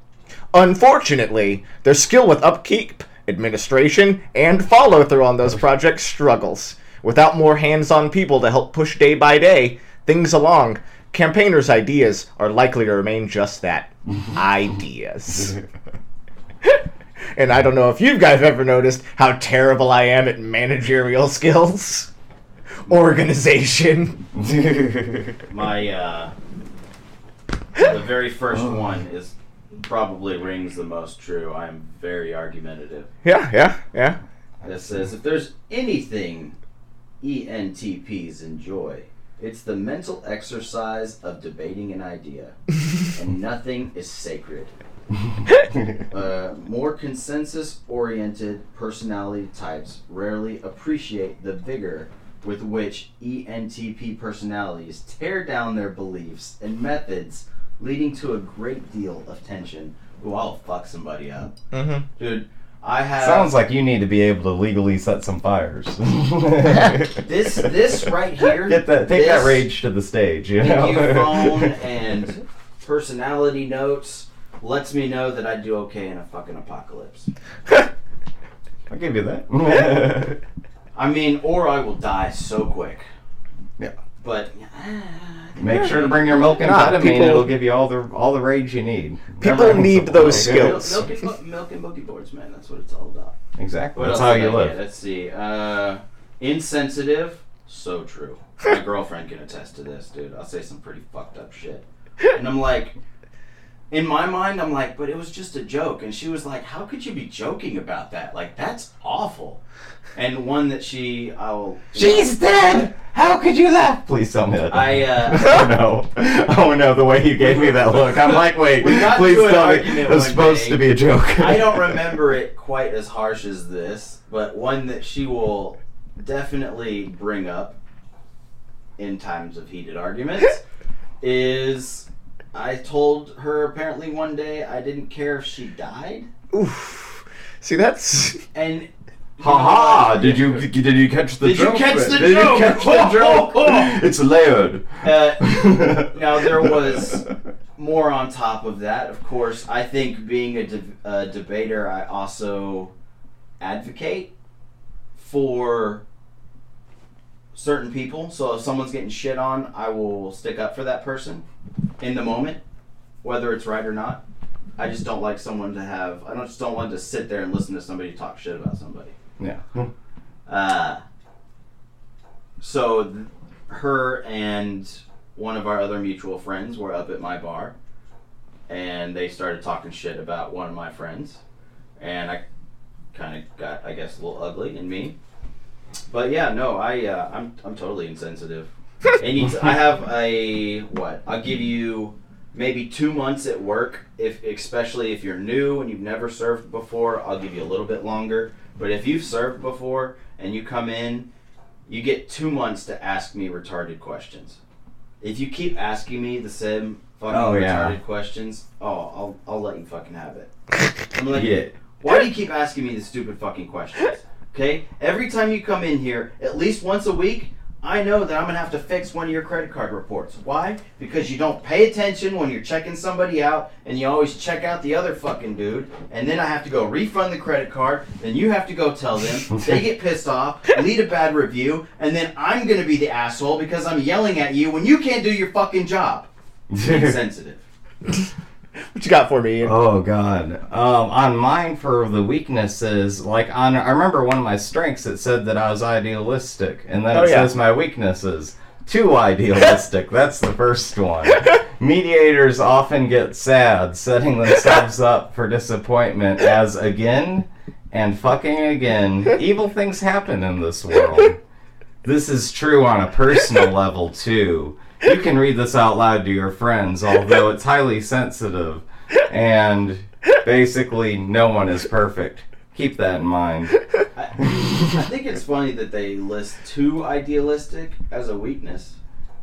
Unfortunately, their skill with upkeep, administration, and follow through on those projects struggles. Without more hands on people to help push day by day things along, campaigners' ideas are likely to remain just that ideas. and I don't know if you guys ever noticed how terrible I am at managerial skills, organization. My uh, the very first one is probably rings the most true. I am very argumentative. Yeah, yeah, yeah. This says if there's anything E ENTPs enjoy, it's the mental exercise of debating an idea, and nothing is sacred. Uh, more consensus oriented personality types rarely appreciate the vigor with which E ENTP personalities tear down their beliefs and methods, leading to a great deal of tension. Ooh, I'll fuck somebody up. Mm-hmm. Dude, I have. Sounds like you need to be able to legally set some fires. This this right here. Get that, take that this rage to the stage. You know? video phone and personality notes lets me know that I do okay in a fucking apocalypse. I'll give you that. I mean, or I will die so quick. Yeah. But ah, Make sure to bring your milk and Nah, vitamin. people- it'll give you all the all the rage you need. People Everything's need a- those milk, skills. milk, and, bu- milk and boogie boards, man. That's what it's all about. Exactly. What That's else how did you I get? live. Let's see. Uh, insensitive. So true. My girlfriend can attest to this, dude. I'll say some pretty fucked up shit. And I'm like, in my mind, I'm like, but it was just a joke. And she was like, how could you be joking about that? Like, that's awful. And one that she, I'll. She's dead. How could you laugh? Please tell me that. I, uh, oh no! Oh no! The way you gave me that look, I'm like, wait. We got Please to an tell me argument it was one supposed day. to be a joke. I don't remember it quite as harsh as this, but one that she will definitely bring up in times of heated arguments is I told her apparently one day I didn't care if she died, Oof. See, that's and you Ha ha! know, Did you did you catch the Did you joke? catch the did joke? you catch the joke? it's layered. Uh, now, there was- more on top of that, of course, I think being a, de- a debater, I also advocate for certain people. So if someone's getting shit on, I will stick up for that person in the moment, whether it's right or not. I just don't like someone to have. I don't just don't want to sit there and listen to somebody talk shit about somebody. Yeah. Uh, so th- her and one of our other mutual friends were up at my bar and they started talking shit about one of my friends and i kind of got i guess a little ugly in me but yeah no i uh, I'm, I'm totally insensitive and you t- i have a what i'll give you maybe two months at work if especially if you're new and you've never served before i'll give you a little bit longer but if you've served before and you come in you get two months to ask me retarded questions if you keep asking me the same fucking Oh, retarded yeah. questions oh I'll, I'll let you fucking have it i'm like why do you keep asking me the stupid fucking questions? Okay? Every time you come in here, at least once a week, I know that I'm gonna have to fix one of your credit card reports. Why? Because you don't pay attention when you're checking somebody out, and you always check out the other fucking dude, and then I have to go refund the credit card, then you have to go tell them, they get pissed off, lead a bad review, and then I'm gonna be the asshole because I'm yelling at you when you can't do your fucking job. Insensitive. What you got for me? Ian? Oh God! Um, on mine for the weaknesses, like on, I remember one of my strengths. It said that I was idealistic, and then Oh, it yeah. says my weaknesses. Too idealistic. That's the first one. Mediators often get sad, setting themselves up for disappointment. As again and fucking again, evil things happen in this world. This is true on a personal level, too. You can read this out loud to your friends, although it's highly sensitive, and basically, no one is perfect. Keep that in mind. I think it's funny that they list too idealistic as a weakness.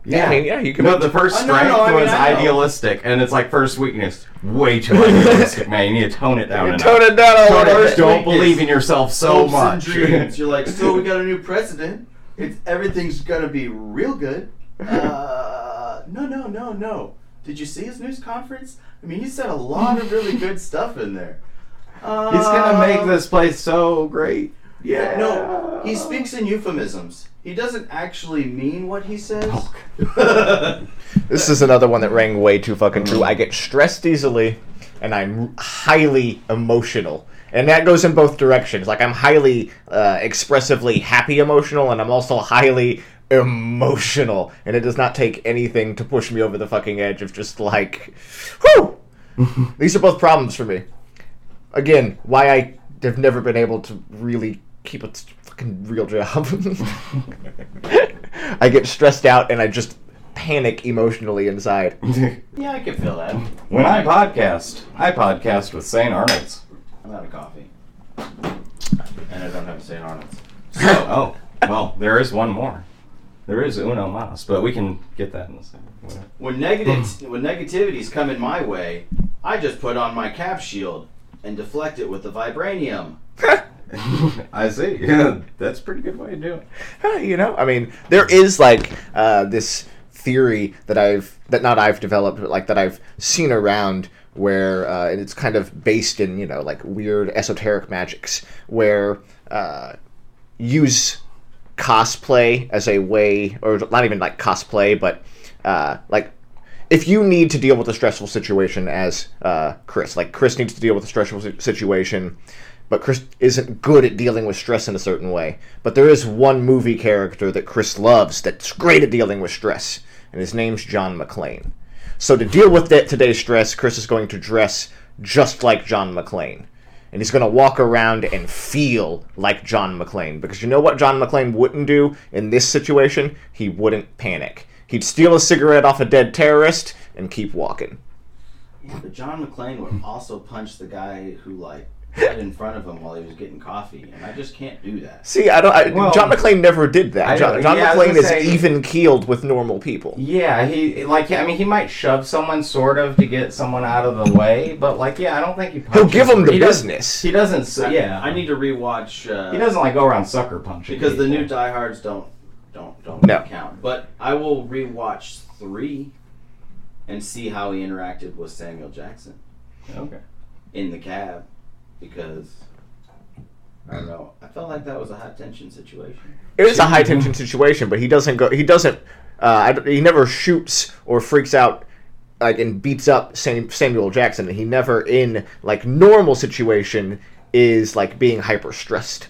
I mean, yeah, you can. No, the first Oh, no, no, strength I mean, was I know. idealistic, and it's like first weakness, way too idealistic, man. You need to tone it down. a notch. tone it down a Tone it little down. bit. first Don't weakness. believe in yourself so Hopes and much. dreams. You're like, so we got a new president. It's everything's gonna be real good. Uh, no, no, no, no. Did you see his news conference? I mean, he said a lot of really good stuff in there. Uh, He's gonna make this place so great. Yeah. No, he speaks in euphemisms. He doesn't actually mean what he says. Oh. This is another one that rang way too fucking Mm. true. I get stressed easily, and I'm highly emotional. And that goes in both directions. Like, I'm highly uh, expressively happy emotional, and I'm also highly emotional. And it does not take anything to push me over the fucking edge of just like, whew! These are both problems for me. Again, why I have never been able to really keep a t- fucking real job. I get stressed out and I just panic emotionally inside. Yeah, I can feel that. When I podcast, I podcast with St. Arnold's. I'm out of coffee, and I don't have St. Arnold's. Oh, well, there is one more. There is Uno Mas, but we can get that in a second. When Hmm. negative when negativities come in my way, I just put on my cap shield and deflect it with the vibranium. I see. Yeah, that's a pretty good way to do it. Huh, you know, I mean, there is like uh, this theory that I've that not I've developed, but like that I've seen around where uh, and it's kind of based in you know like weird esoteric magics where uh, use cosplay as a way, or not even like cosplay, but uh, like if you need to deal with a stressful situation as uh, Chris, like Chris needs to deal with a stressful si- situation, but Chris isn't good at dealing with stress in a certain way. But there is one movie character that Chris loves that's great at dealing with stress, and his name's John McClane. So to deal with that today's stress, Chris is going to dress just like John McClane. And he's going to walk around and feel like John McClane. Because you know what John McClane wouldn't do in this situation? He wouldn't panic. He'd steal a cigarette off a dead terrorist and keep walking. But John McClane would Hmm. also punch the guy who like sat in front of him while he was getting coffee, and I just can't do that. See, I don't. I, Well, John McClane never did that. I John, know, John yeah, I was McClane gonna is say- even keeled with normal people. Yeah, he like I mean he might shove someone sort of to get someone out of the way, but like yeah, I don't think he. He'll punches give him the he doesn't- business. He doesn't. s- Yeah, I need to rewatch uh, he doesn't like go around sucker punching because the new people. Die Hards don't don't don't No. count. But I will rewatch three and see how he interacted with Samuel Jackson Okay. in the cab because. I don't know. I felt like that was a high tension situation. It is a high tension situation, but he doesn't go. He doesn't. Uh, I don't- he never shoots or freaks out, like and beats up Sam, Samuel Jackson. He never in like normal situation is like being hyper stressed.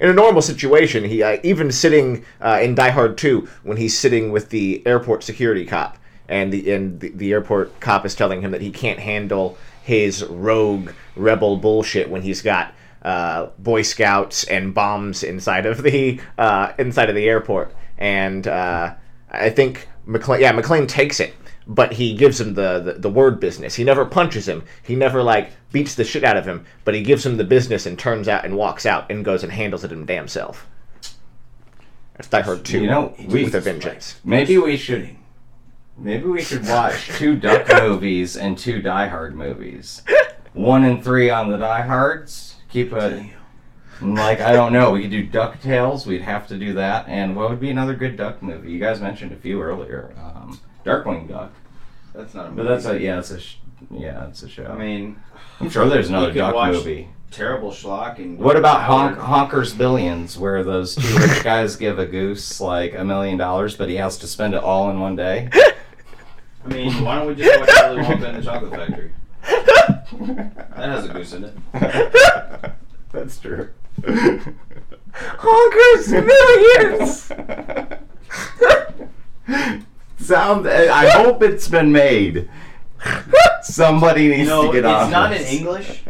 In a normal situation, he uh, even sitting uh, in Die Hard Two when he's sitting with the airport security cop, and the and the, the airport cop is telling him that he can't handle his rogue rebel bullshit when he's got uh, Boy Scouts and bombs inside of the uh, inside of the airport. And uh, I think McLean, yeah, McLean takes it, but he gives him the, the the word business. He never punches him. He never like beats the shit out of him, but he gives him the business and turns out and walks out and goes and handles it him damn self. That's Die Hard Two. You know, we- with a vengeance. Maybe we should. Maybe we should watch two Duck movies and two Die Hard movies. One and three on the Die Hards. Keep a I'm like, I don't know. We could do DuckTales. We'd have to do that. And what would be another good duck movie? You guys mentioned a few earlier. Um, Darkwing Duck. That's not a movie. But that's a yeah, it's a sh- yeah, it's a show. I mean, I'm sure there's another could duck watch- movie. terrible schlock and. What about Howard. honk, Honkers Billions, where those two rich guys give a goose like a million dollars, but he has to spend it all in one day? I mean, why don't we just watch Charlie Wonka and the Chocolate Factory? That has a goose in it. That's true. Honkers millions. Sound. I hope it's been made. Somebody needs No, to get it's on. not in this. English.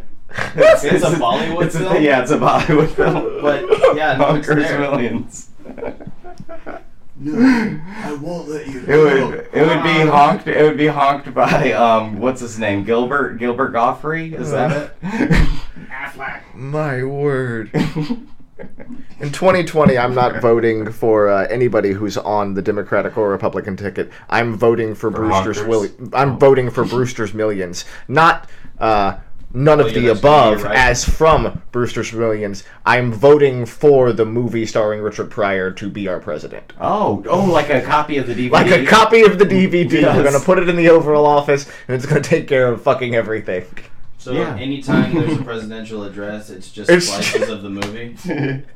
It's a Bollywood it's a- film? yeah, it's a Bollywood film. But, yeah, no, it's Honkers there. Millions. No, I won't let you. It would it would be honked it would be honked by um what's his name Gilbert Gilbert Goffrey is that My word. it? In 2020, I'm not voting for uh, anybody who's on the Democratic or Republican ticket. I'm voting for, Brewster's honkers? Willi- I'm voting for Brewster's Millions, not uh, none Oh, of yeah, the that's- above. you're right. As from Brewster's Millions, I'm voting for the movie starring Richard Pryor to be our president. oh oh like a copy of the DVD Like a copy of the DVD, we're Yes. gonna put it in the Oval Office, and it's gonna take care of fucking everything. So Yeah. anytime there's a presidential address, it's just It's- slices of the movie.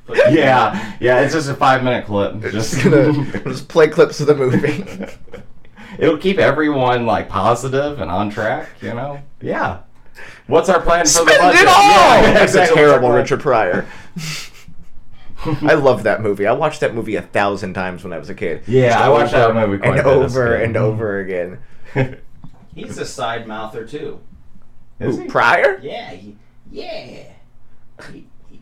Put it yeah yeah it's just a five minute clip just Just gonna just play clips of the movie. it'll keep everyone like positive and on track you know yeah what's our plan for the budget Yeah, That's a exactly, terrible what's our Richard Pryor. I love that movie. I watched that movie a thousand times when I was a kid. Yeah, I watched that movie quite and a bit Mm-hmm. as a over kid. and over again. plan? He's a side mouther too. Is Who, he? Pryor? Yeah, he, yeah. He, he,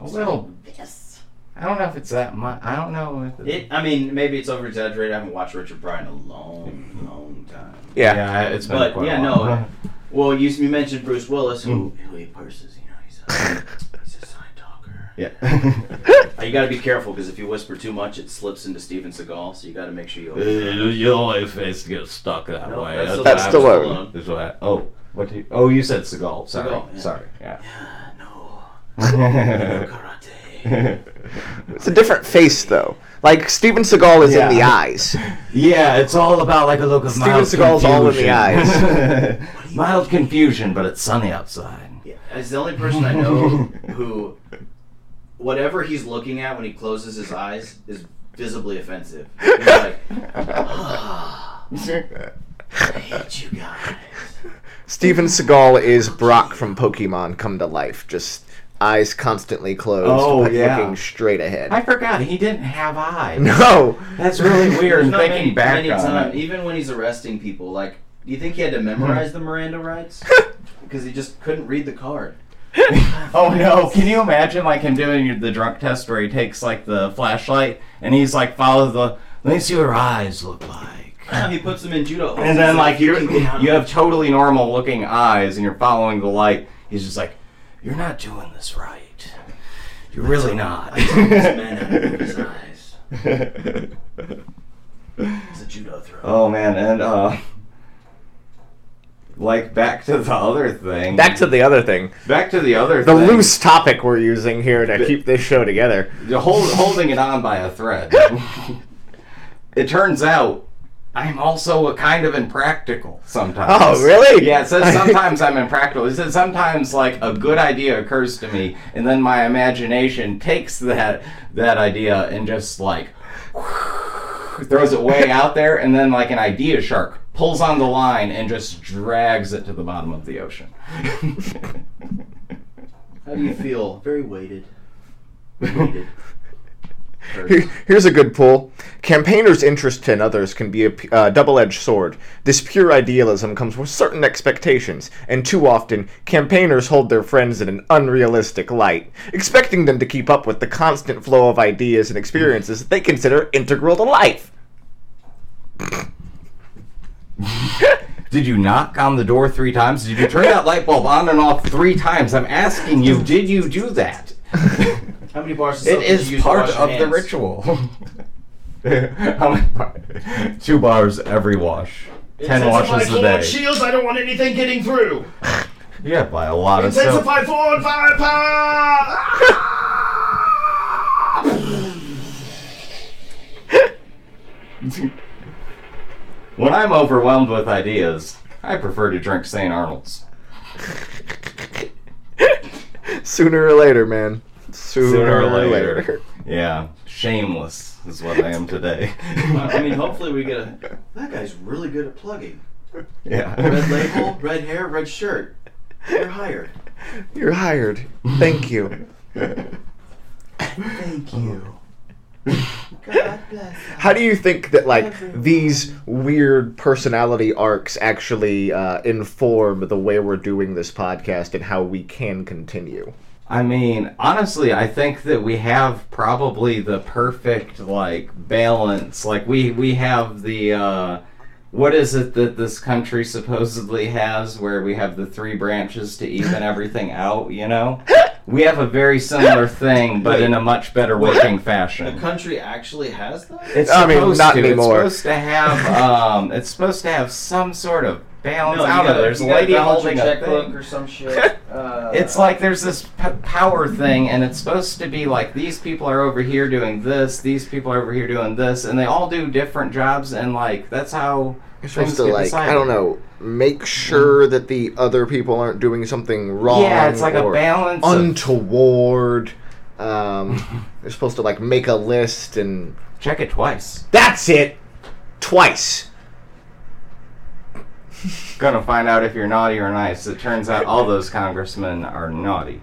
A little. yes. I don't know if it's that much. I don't know if It. I mean, maybe it's over exaggerated. I haven't watched Richard Pryor in a long, long time. Yeah. yeah, it's been But, quite yeah, a no, while. Well, you, you mentioned Bruce Willis, who, who he purses. You know, he's a, he's a side talker. Yeah. Uh, you got to be careful because if you whisper too much, it slips into Steven Seagal. So you got to make sure you. Uh, Your whole face gets stuck that No, way. that's That's what Stallone. I was- That's what I, oh, what do you, oh, you said Seagal. Sorry, Seagal, yeah. sorry. Yeah. No, karate. yeah, It's a different face, though. Like, Steven Seagal is in the Yeah. eyes. it's all about like a look of Steven mild Seagal's all in the confusion. mild confusion, but it's sunny outside. Yeah, it's the only person I know who, whatever he's looking at when he closes his eyes, is visibly offensive. He's like, ah, I hate you guys. Steven Seagal is Brock from Pokemon come to life. Just eyes constantly closed, Oh, but yeah. looking straight ahead. I forgot he didn't have eyes. no! That's really weird. There's and not Thinking many- back many on time- it. even when he's arresting people, like, do you think he had to memorize the Miranda rights? Because he just couldn't read the card. Oh no! Can you imagine like him doing the drunk test where he takes like the flashlight and he's like, follow the. Let me see what her eyes look like. he puts them in judo. And then like you, can get out of you have totally normal looking eyes and you're following the light. He's just like, you're not doing this right. You're really not. this man out of his eyes. It's a judo throw. oh man, and uh, like back to the other thing. Back to the other thing. back to the other The thing. loose topic we're using here to keep this show together. The hold, holding it on by a thread. it turns out I'm also a kind of impractical sometimes. Oh, really? Yeah, it says sometimes I'm impractical. It says sometimes like a good idea occurs to me, and then my imagination takes that that idea and just like throws it way out there, and then like an idea shark pulls on the line and just drags it to the bottom of the ocean. How do you feel? Very weighted. Weighted. Here- Here's a good pull. Campaigners' interest in others can be a p- uh, double edged sword. This pure idealism comes with certain expectations, and too often, campaigners hold their friends in an unrealistic light, expecting them to keep up with the constant flow of ideas and experiences that they consider integral to life. Did you knock on the door three times? Did you turn that light bulb on and off three times? I'm asking you, did you do that? How many bars of soap It did you is use to part wash your of the hands? ritual. How many bar- Two bars every wash. It Ten says in washes my a forward day. Shields, I don't want anything getting through. You gotta buy a lot of soap. Intensify forward firepower! When I'm overwhelmed with ideas, I prefer to drink St. Arnold's. Sooner or later, man. Sooner, Sooner or later. Yeah, shameless is what I am today. Well, I mean, hopefully we get a. That guy's really good at plugging. yeah. Red label, red hair, red shirt. You're hired. You're hired. Thank you. Thank you. God bless. How do you think that like Mm-hmm. these weird personality arcs actually uh, inform the way we're doing this podcast and how we can continue? I mean, honestly, I think that we have probably the perfect like balance. Like we we have the uh, what is it that this country supposedly has, where we have the three branches to even everything out. You know, we have a very similar thing, but in a much better working The fashion. country actually has that? It's I mean, supposed not to. anymore. It's supposed to have um, it's supposed to have some sort of balance you out of gotta- it. There's a you gotta lady balance your holding a checkbook thing. or some shit. Uh, It's like there's this p- power thing, and it's supposed to be like these people are over here doing this, these people are over here doing this, and they all do different jobs, and like that's how You're things supposed to get like decided. I don't know, make sure that the other people aren't doing something wrong. Yeah, it's like a or balance. of- untoward. Um, they're supposed to like make a list and check it twice. that's it, twice. Gonna find out if you're naughty or nice. It turns out all those congressmen are naughty.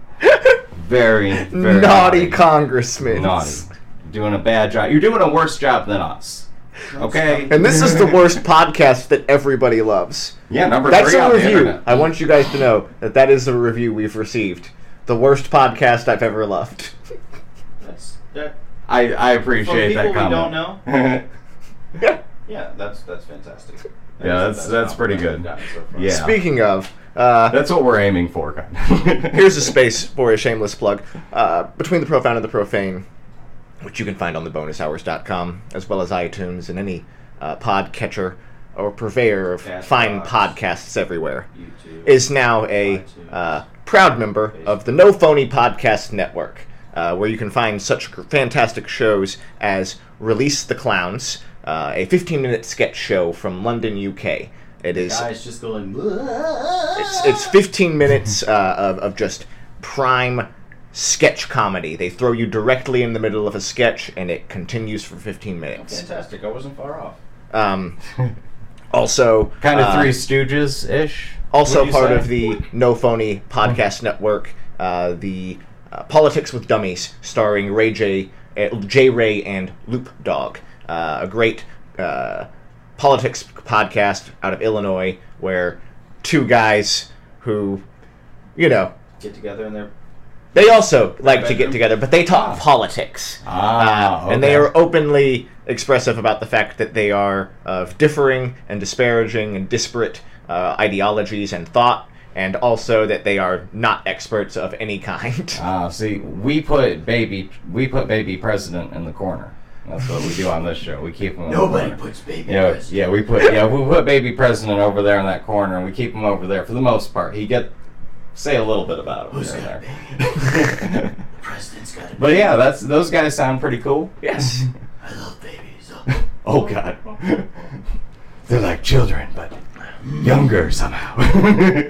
Very, very naughty congressmen. naughty. Doing a bad job. You're doing a worse job than us. Okay. And this is the worst podcast that everybody loves. Yeah, number That's three a on the review. internet. I want you guys to know that that is a review we've received. The worst podcast I've ever loved. That's, that, I, I appreciate For that people we don't comment. don't know. yeah, that's that's fantastic. That Yeah, is that's- the best that's pretty compliment good. I've gotten so far. Yeah. Speaking of, uh, That's what we're aiming for, kind of. here's a space for a shameless plug uh, between the profound and the profane which you can find on thebonushours.com as well as itunes and any uh, pod catcher or purveyor of Castbox. fine podcasts everywhere YouTube. is now a uh, proud member of the no phony podcast network uh, where you can find such gr- fantastic shows as release the clowns uh, a 15-minute sketch show from london uk it is guys just going. it's, it's 15 minutes uh, of, of just prime sketch comedy. They throw you directly in the middle of a sketch, and it continues for 15 minutes. fantastic. I wasn't far off. Um, also, kind of uh, Three Stooges ish. Also Would you part say? of the No Phony podcast network, uh, the uh, Politics with Dummies, starring Ray J, uh, J Ray and Loop Dog, uh, a great uh, politics podcast out of Illinois where two guys who, you know, Get together and they're. they also like to get Bedroom? together, but they talk politics. Ah, Uh, And they okay. are openly expressive about the fact that they are of differing and disparaging and disparate uh, ideologies and thought, and also that they are not experts of any kind. Ah, see, we put baby, we put baby president in the corner. That's what we do on this show. We keep him. in the Nobody corner. puts baby. Yeah, Chris. yeah, we put yeah, we put baby president over there in that corner, and we keep him over there for the most part. He get say a little bit about him Who's here and got a there. baby? the president's got a baby. But yeah, that's those guys sound pretty cool. yes. I love babies. Oh God, they're like children, but younger somehow.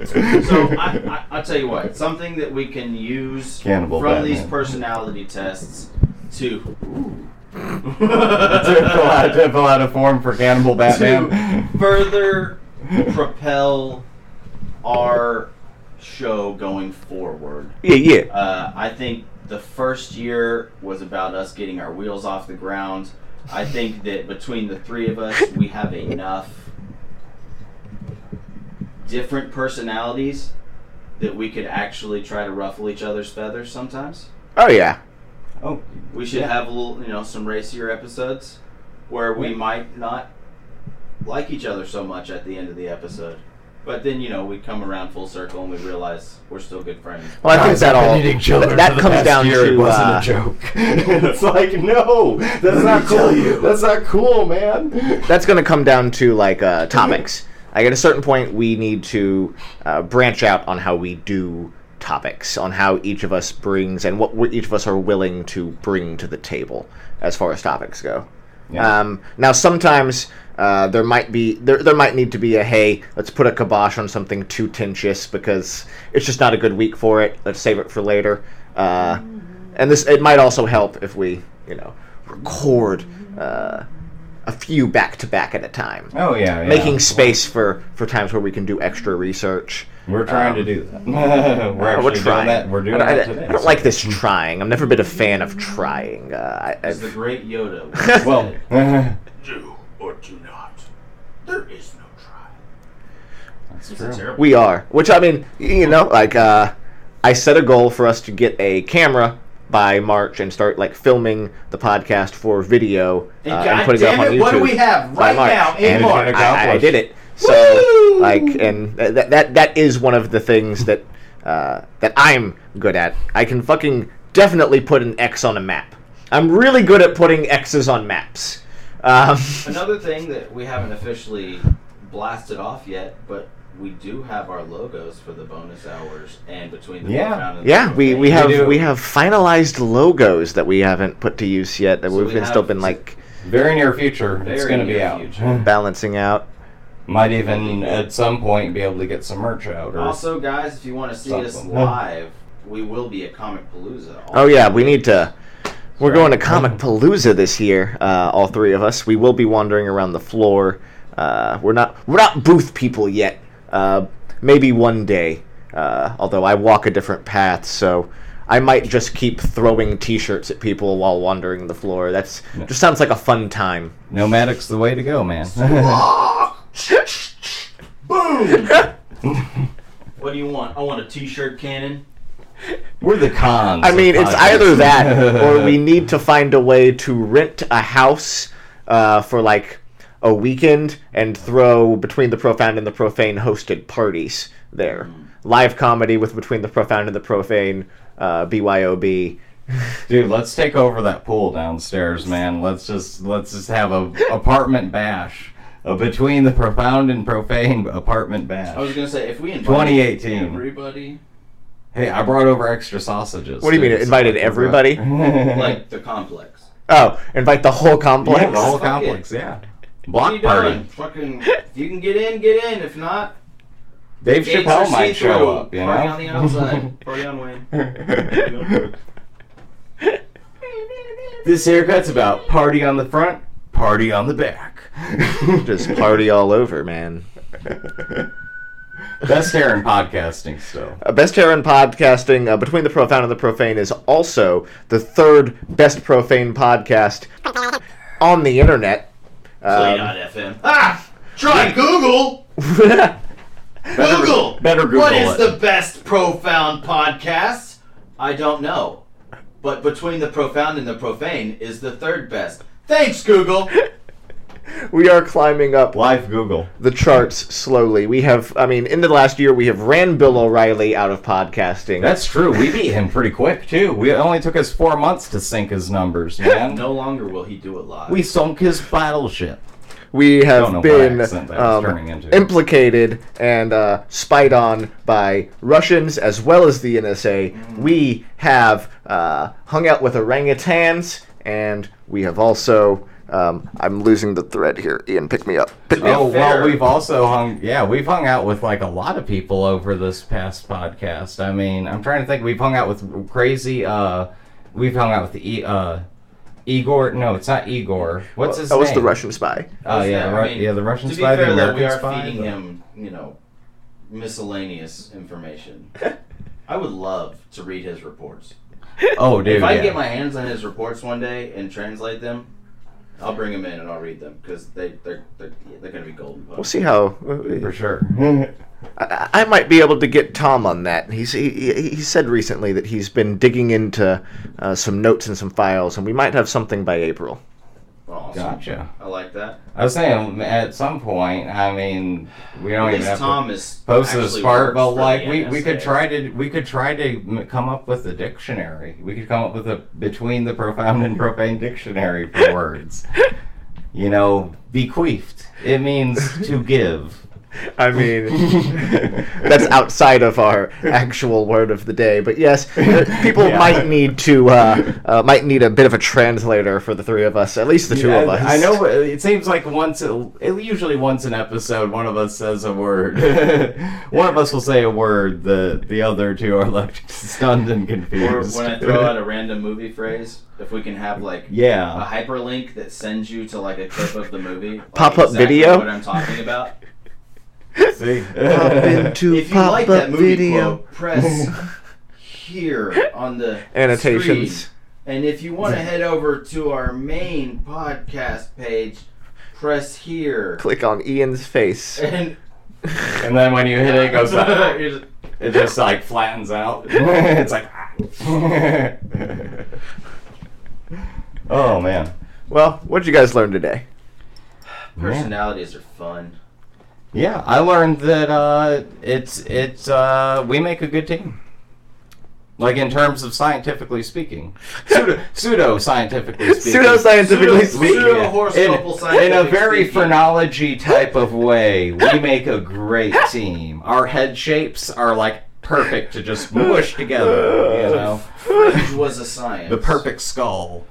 so I, I, I'll tell you what. Something that we can use Cannibal from Batman. these personality tests to. to fill out, to fill out a form for Cannibal to Batman. further propel our show going forward. Yeah, yeah. Uh, I think the first year was about us getting our wheels off the ground. I think that between the three of us, we have enough different personalities that we could actually try to ruffle each other's feathers sometimes. Oh, yeah. oh, We should have a little, you know, some racier episodes where we might not like each other so much at the end of the episode. But then, you know, we come around full circle and we realize we're still good friends. Well, I think Guys, that I've been all eating children that, that for the comes past down year. to it wasn't uh, a joke. it's like no, that's not cool. That's not cool, man. that's going to come down to like uh, topics. Like at a certain point, we need to uh, branch out on how we do topics, on how each of us brings and what we- each of us are willing to bring to the table as far as topics go. Yeah. Um, now, sometimes uh, there might be there, there might need to be a hey, let's put a kibosh on something too tenuous because it's just not a good week for it. Let's save it for later. Uh, and this it might also help if we you know record uh, a few back to back at a time, Oh yeah, yeah. making space for for times where we can do extra research. We're trying to do that. we're Uh, actually we're doing trying. that. We're doing I, that I- today. Mm-hmm. I don't like this trying. I've never been a fan of trying. Uh, I, As the I, great Yoda. once Well, said, that's Do or do not. There is no try. it's a true. terrible. we are, which I mean, you know, like uh, I set a goal for us to get a camera by March and start like filming the podcast for video uh, And and God putting it up damn on it, YouTube. what do we have by right now March. in And it's gonna March? go- I, I accomplished. did it. So like, and th- that that that is one of the things that uh, that I'm good at. I can fucking definitely put an X on a map. I'm really good at putting X's on maps. Um, Another thing that we haven't officially blasted off yet, but we do have our logos for the bonus hours and between the Yeah. Found and the yeah, we, we Found. have do. we have finalized logos that we haven't put to use yet. That So we've we been still have- been like Very near future, it's Very going to be near out. future. balancing out. Might even at some point be able to get some merch out. Or Also, guys, if you want to see us Something. live, we will be at Comic Palooza. Oh yeah, we need to. We're Sorry. going to Comic Palooza this year. Uh, all three of us. We will be wandering around the floor. Uh, we're not we're not booth people yet. Uh, maybe one day. Uh, although I walk a different path, so I might just keep throwing T-shirts at people while wandering the floor. That's just sounds like a fun time. Nomadic's the way to go, man. Ah, What do you want? I want a T-shirt cannon. We're the cons. I of mean, it's podcasts. either that or we need to find a way to rent a house uh, for like a weekend and throw between the profound and the profane hosted parties there. Live comedy with between the profound and the profane, uh, BYOB. Dude, let's take over that pool downstairs, man. Let's just let's just have a apartment bash. A between the profound and profane apartment bash. I was gonna say if we invite 2018. everybody, Hey, I brought over extra sausages. What do you mean? dude, so Invited I can everybody? grab- like the complex. Oh, invite the whole complex. yeah, the whole Fuck it. complex. Yeah, What are you doing? block party. Fucking, if you can get in, get in. If not, Dave gates are Chappelle might see-through. show up. You Party know. on the outside. Party on Wayne. Um, this haircut's about party on the front, party on the back. Just party all over, man. Best hair in podcasting still. Uh, best hair in podcasting uh, between the profound and the profane is also the third best profane podcast on the internet um, Play.fm. Ah! Try Google! Google! better Google What is it. the best profound podcast? I don't know. But between the profound and the profane is the third best. Thanks, Google! we are climbing up Live Google. the charts slowly we have i mean in the last year we have ran bill o'reilly out of podcasting That's true. We beat him pretty quick too. We it only took us four months to sink his numbers, man. No longer will he do it live. We sunk his battleship. we Don't know have what been accent that was um, turning into. implicated and uh, spied on by Russians as well as the NSA. We have uh, hung out with orangutans, and we have also. Um, I'm losing the thread here. Ian, pick me up. Pick me up. Oh fair. well, we've also hung. Yeah, we've hung out with like a lot of people over this past podcast. I mean, I'm trying to think. We've hung out with crazy. uh We've hung out with e, uh Igor. No, it's not Igor. What's his That was name? the Russian spy. Oh yeah, I right. mean, yeah, the Russian to spy, be fair, the though, American we are spy. feeding the- him, you know, miscellaneous information. I would love to read his reports. Oh, dude. if I yeah. get my hands on his reports one day and translate them, I'll bring them in and I'll read them because they they're they're, they're gonna be golden. We'll see how. uh, for sure. I, I might be able to get Tom on that. He's, he, he he said recently that he's been digging into uh, some notes and some files, and we might have something by April. Awesome. gotcha. I like that. I was saying at some point. I mean, we don't At even least have to Tom is post this actually part, works but for the like we, we NSA. could try to we could try to m- come up with a dictionary. We could come up with a between the profound and profane dictionary for words. You know, bequeathed. It means to give. I mean, that's outside of our actual word of the day, but yes, uh, people Yeah. might need to uh, uh, might need a bit of a translator for the three of us, at least the two Yeah, of us. I know uh, it seems like once, a- it- usually once an episode, one of us says a word. one of us will say a word. The the other two are left stunned and Or confused. when I throw out a random movie phrase, if we can have like a yeah, hyperlink that sends you to like a clip of the movie, like, Pop-up exactly video? What I'm talking about. see, Pop into if you pop like that up movie video. quote, press here on the Annotations. screen. And if you want to head over to our main podcast page, press here. Click on Ian's face. And and then when you hit it, it goes. up. Here's- It just like flattens out. it's like. oh man. Well, what'd you guys learn today? personalities are fun. Yeah, I learned that uh, it's it's uh, we make a good team. Like in terms of scientifically speaking, pseudo pseudo scientifically speaking, Pseudo- Pseudoscientifically speaking. pseudo- in, horoscopical in a scientific very speaking. phrenology type of way, we make a great team. Our head shapes are like perfect to just mush together. You know, Fringe was a science. the perfect skull.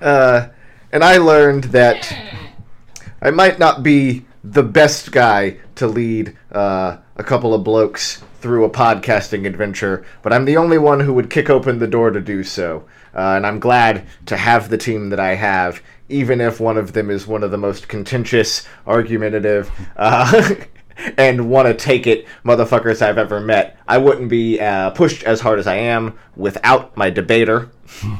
Uh, and I learned that I might not be the best guy to lead uh, a couple of blokes through a podcasting adventure, but I'm the only one who would kick open the door to do so. Uh, and I'm glad to have the team that I have, even if one of them is one of the most contentious, argumentative, uh, and want to take it motherfuckers I've ever met. I wouldn't be uh, pushed as hard as I am without my debater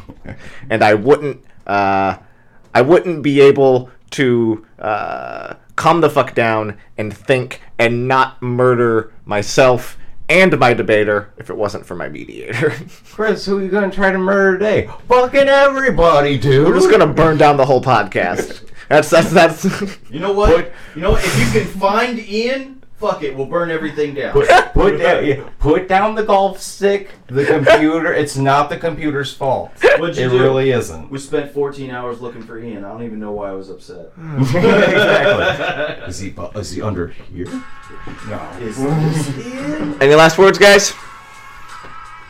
and I wouldn't uh, I wouldn't be able to uh, calm the fuck down and think and not murder myself and my debater if it wasn't for my mediator. Chris, who are you gonna try to murder today? Fucking everybody, dude. We're just gonna burn down the whole podcast. That's that's that's. You know what? You know what? If you can find Ian, fuck it. We'll burn everything down. put, put, down, yeah, put down the golf stick, the computer. It's not the computer's fault. What'd you It do? really isn't. we spent 14 hours looking for Ian. I don't even know why I was upset. Hmm. exactly. Is he, bu- is he under here? No. Is this Ian? Any last words, guys?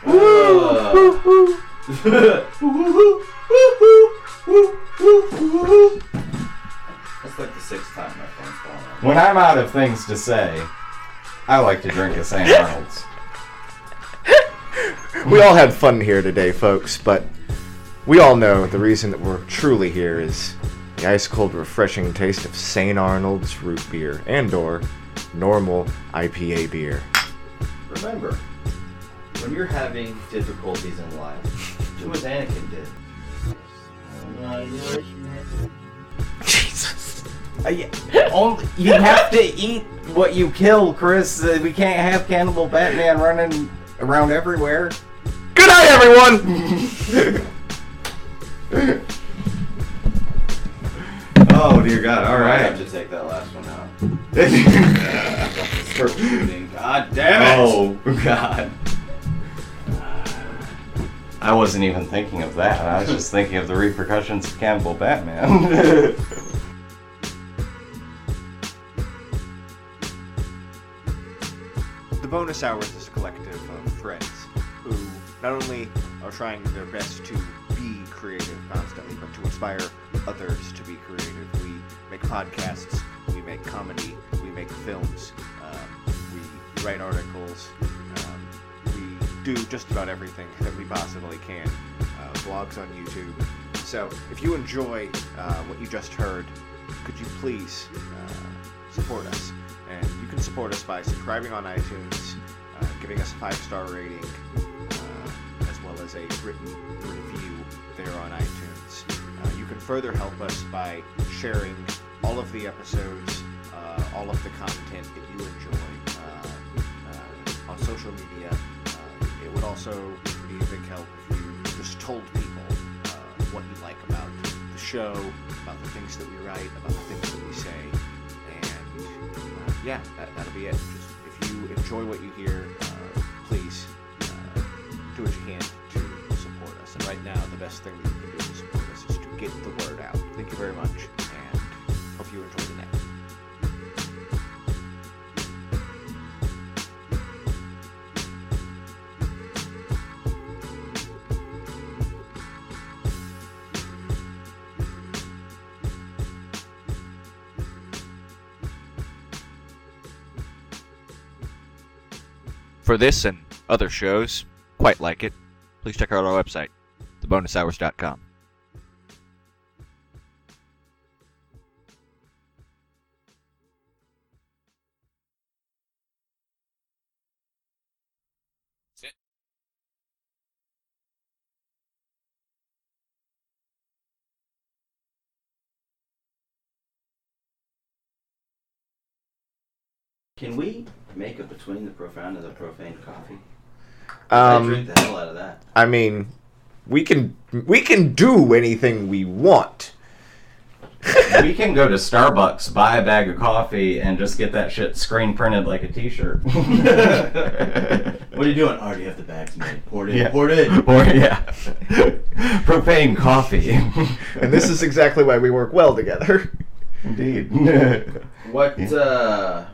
Uh, That's like the sixth time my phone's fallen off. When I'm out of things to say, I like to drink a St. Arnold's. We all had fun here today, folks, but we all know the reason that we're truly here is the ice cold, refreshing taste of St. Arnold's root beer and/or normal IPA beer. Remember, when you're having difficulties in life, do as Anakin did. Jesus. Only, Uh, you have to eat what you kill, Chris. Uh, we can't have Cannibal Batman running around everywhere. Good night, everyone. Oh, dear God. All I right. have to take that last one out. For shooting. God damn it! Oh God. I wasn't even thinking of that. I was just thinking of the repercussions of Campbell Batman. The bonus hours is a collective of friends who not only are trying their best to be creative constantly, but to inspire others to be creative. We make podcasts, we make comedy, we make films, um, we write articles, um, we do just about everything that we possibly can. Uh, blogs on YouTube. So if you enjoy uh, what you just heard, could you please uh, support us? And you can support us by subscribing on iTunes, uh, giving us a five star rating, uh, as well as a written review there on iTunes. Uh, you can further help us by sharing all of the episodes, uh, all of the content that you enjoy uh, uh, on social media. Uh, it would also be a big help if you just told people uh, what you like about the show, about the things that we write, about the things that we say, and uh, yeah, that, that'll be it. Just if you enjoy what you hear, uh, please uh, do what you can to support us. And right now, the best thing that you can do to support us is to get the word out. Thank you very much, and hope you enjoy the night. For this and other shows quite like it, please check out our website, thebonushours.com. Can we make a between the profound and the profane coffee? I Um, drink the hell out of that. I mean, we can we can do anything we want. we can go to Starbucks, buy a bag of coffee, and just get that shit screen printed like a T-shirt. What are you doing? I already have the bags made. Poured in. Yeah. Poured in. or yeah, propane coffee. And this is exactly why we work well together. indeed. What? uh...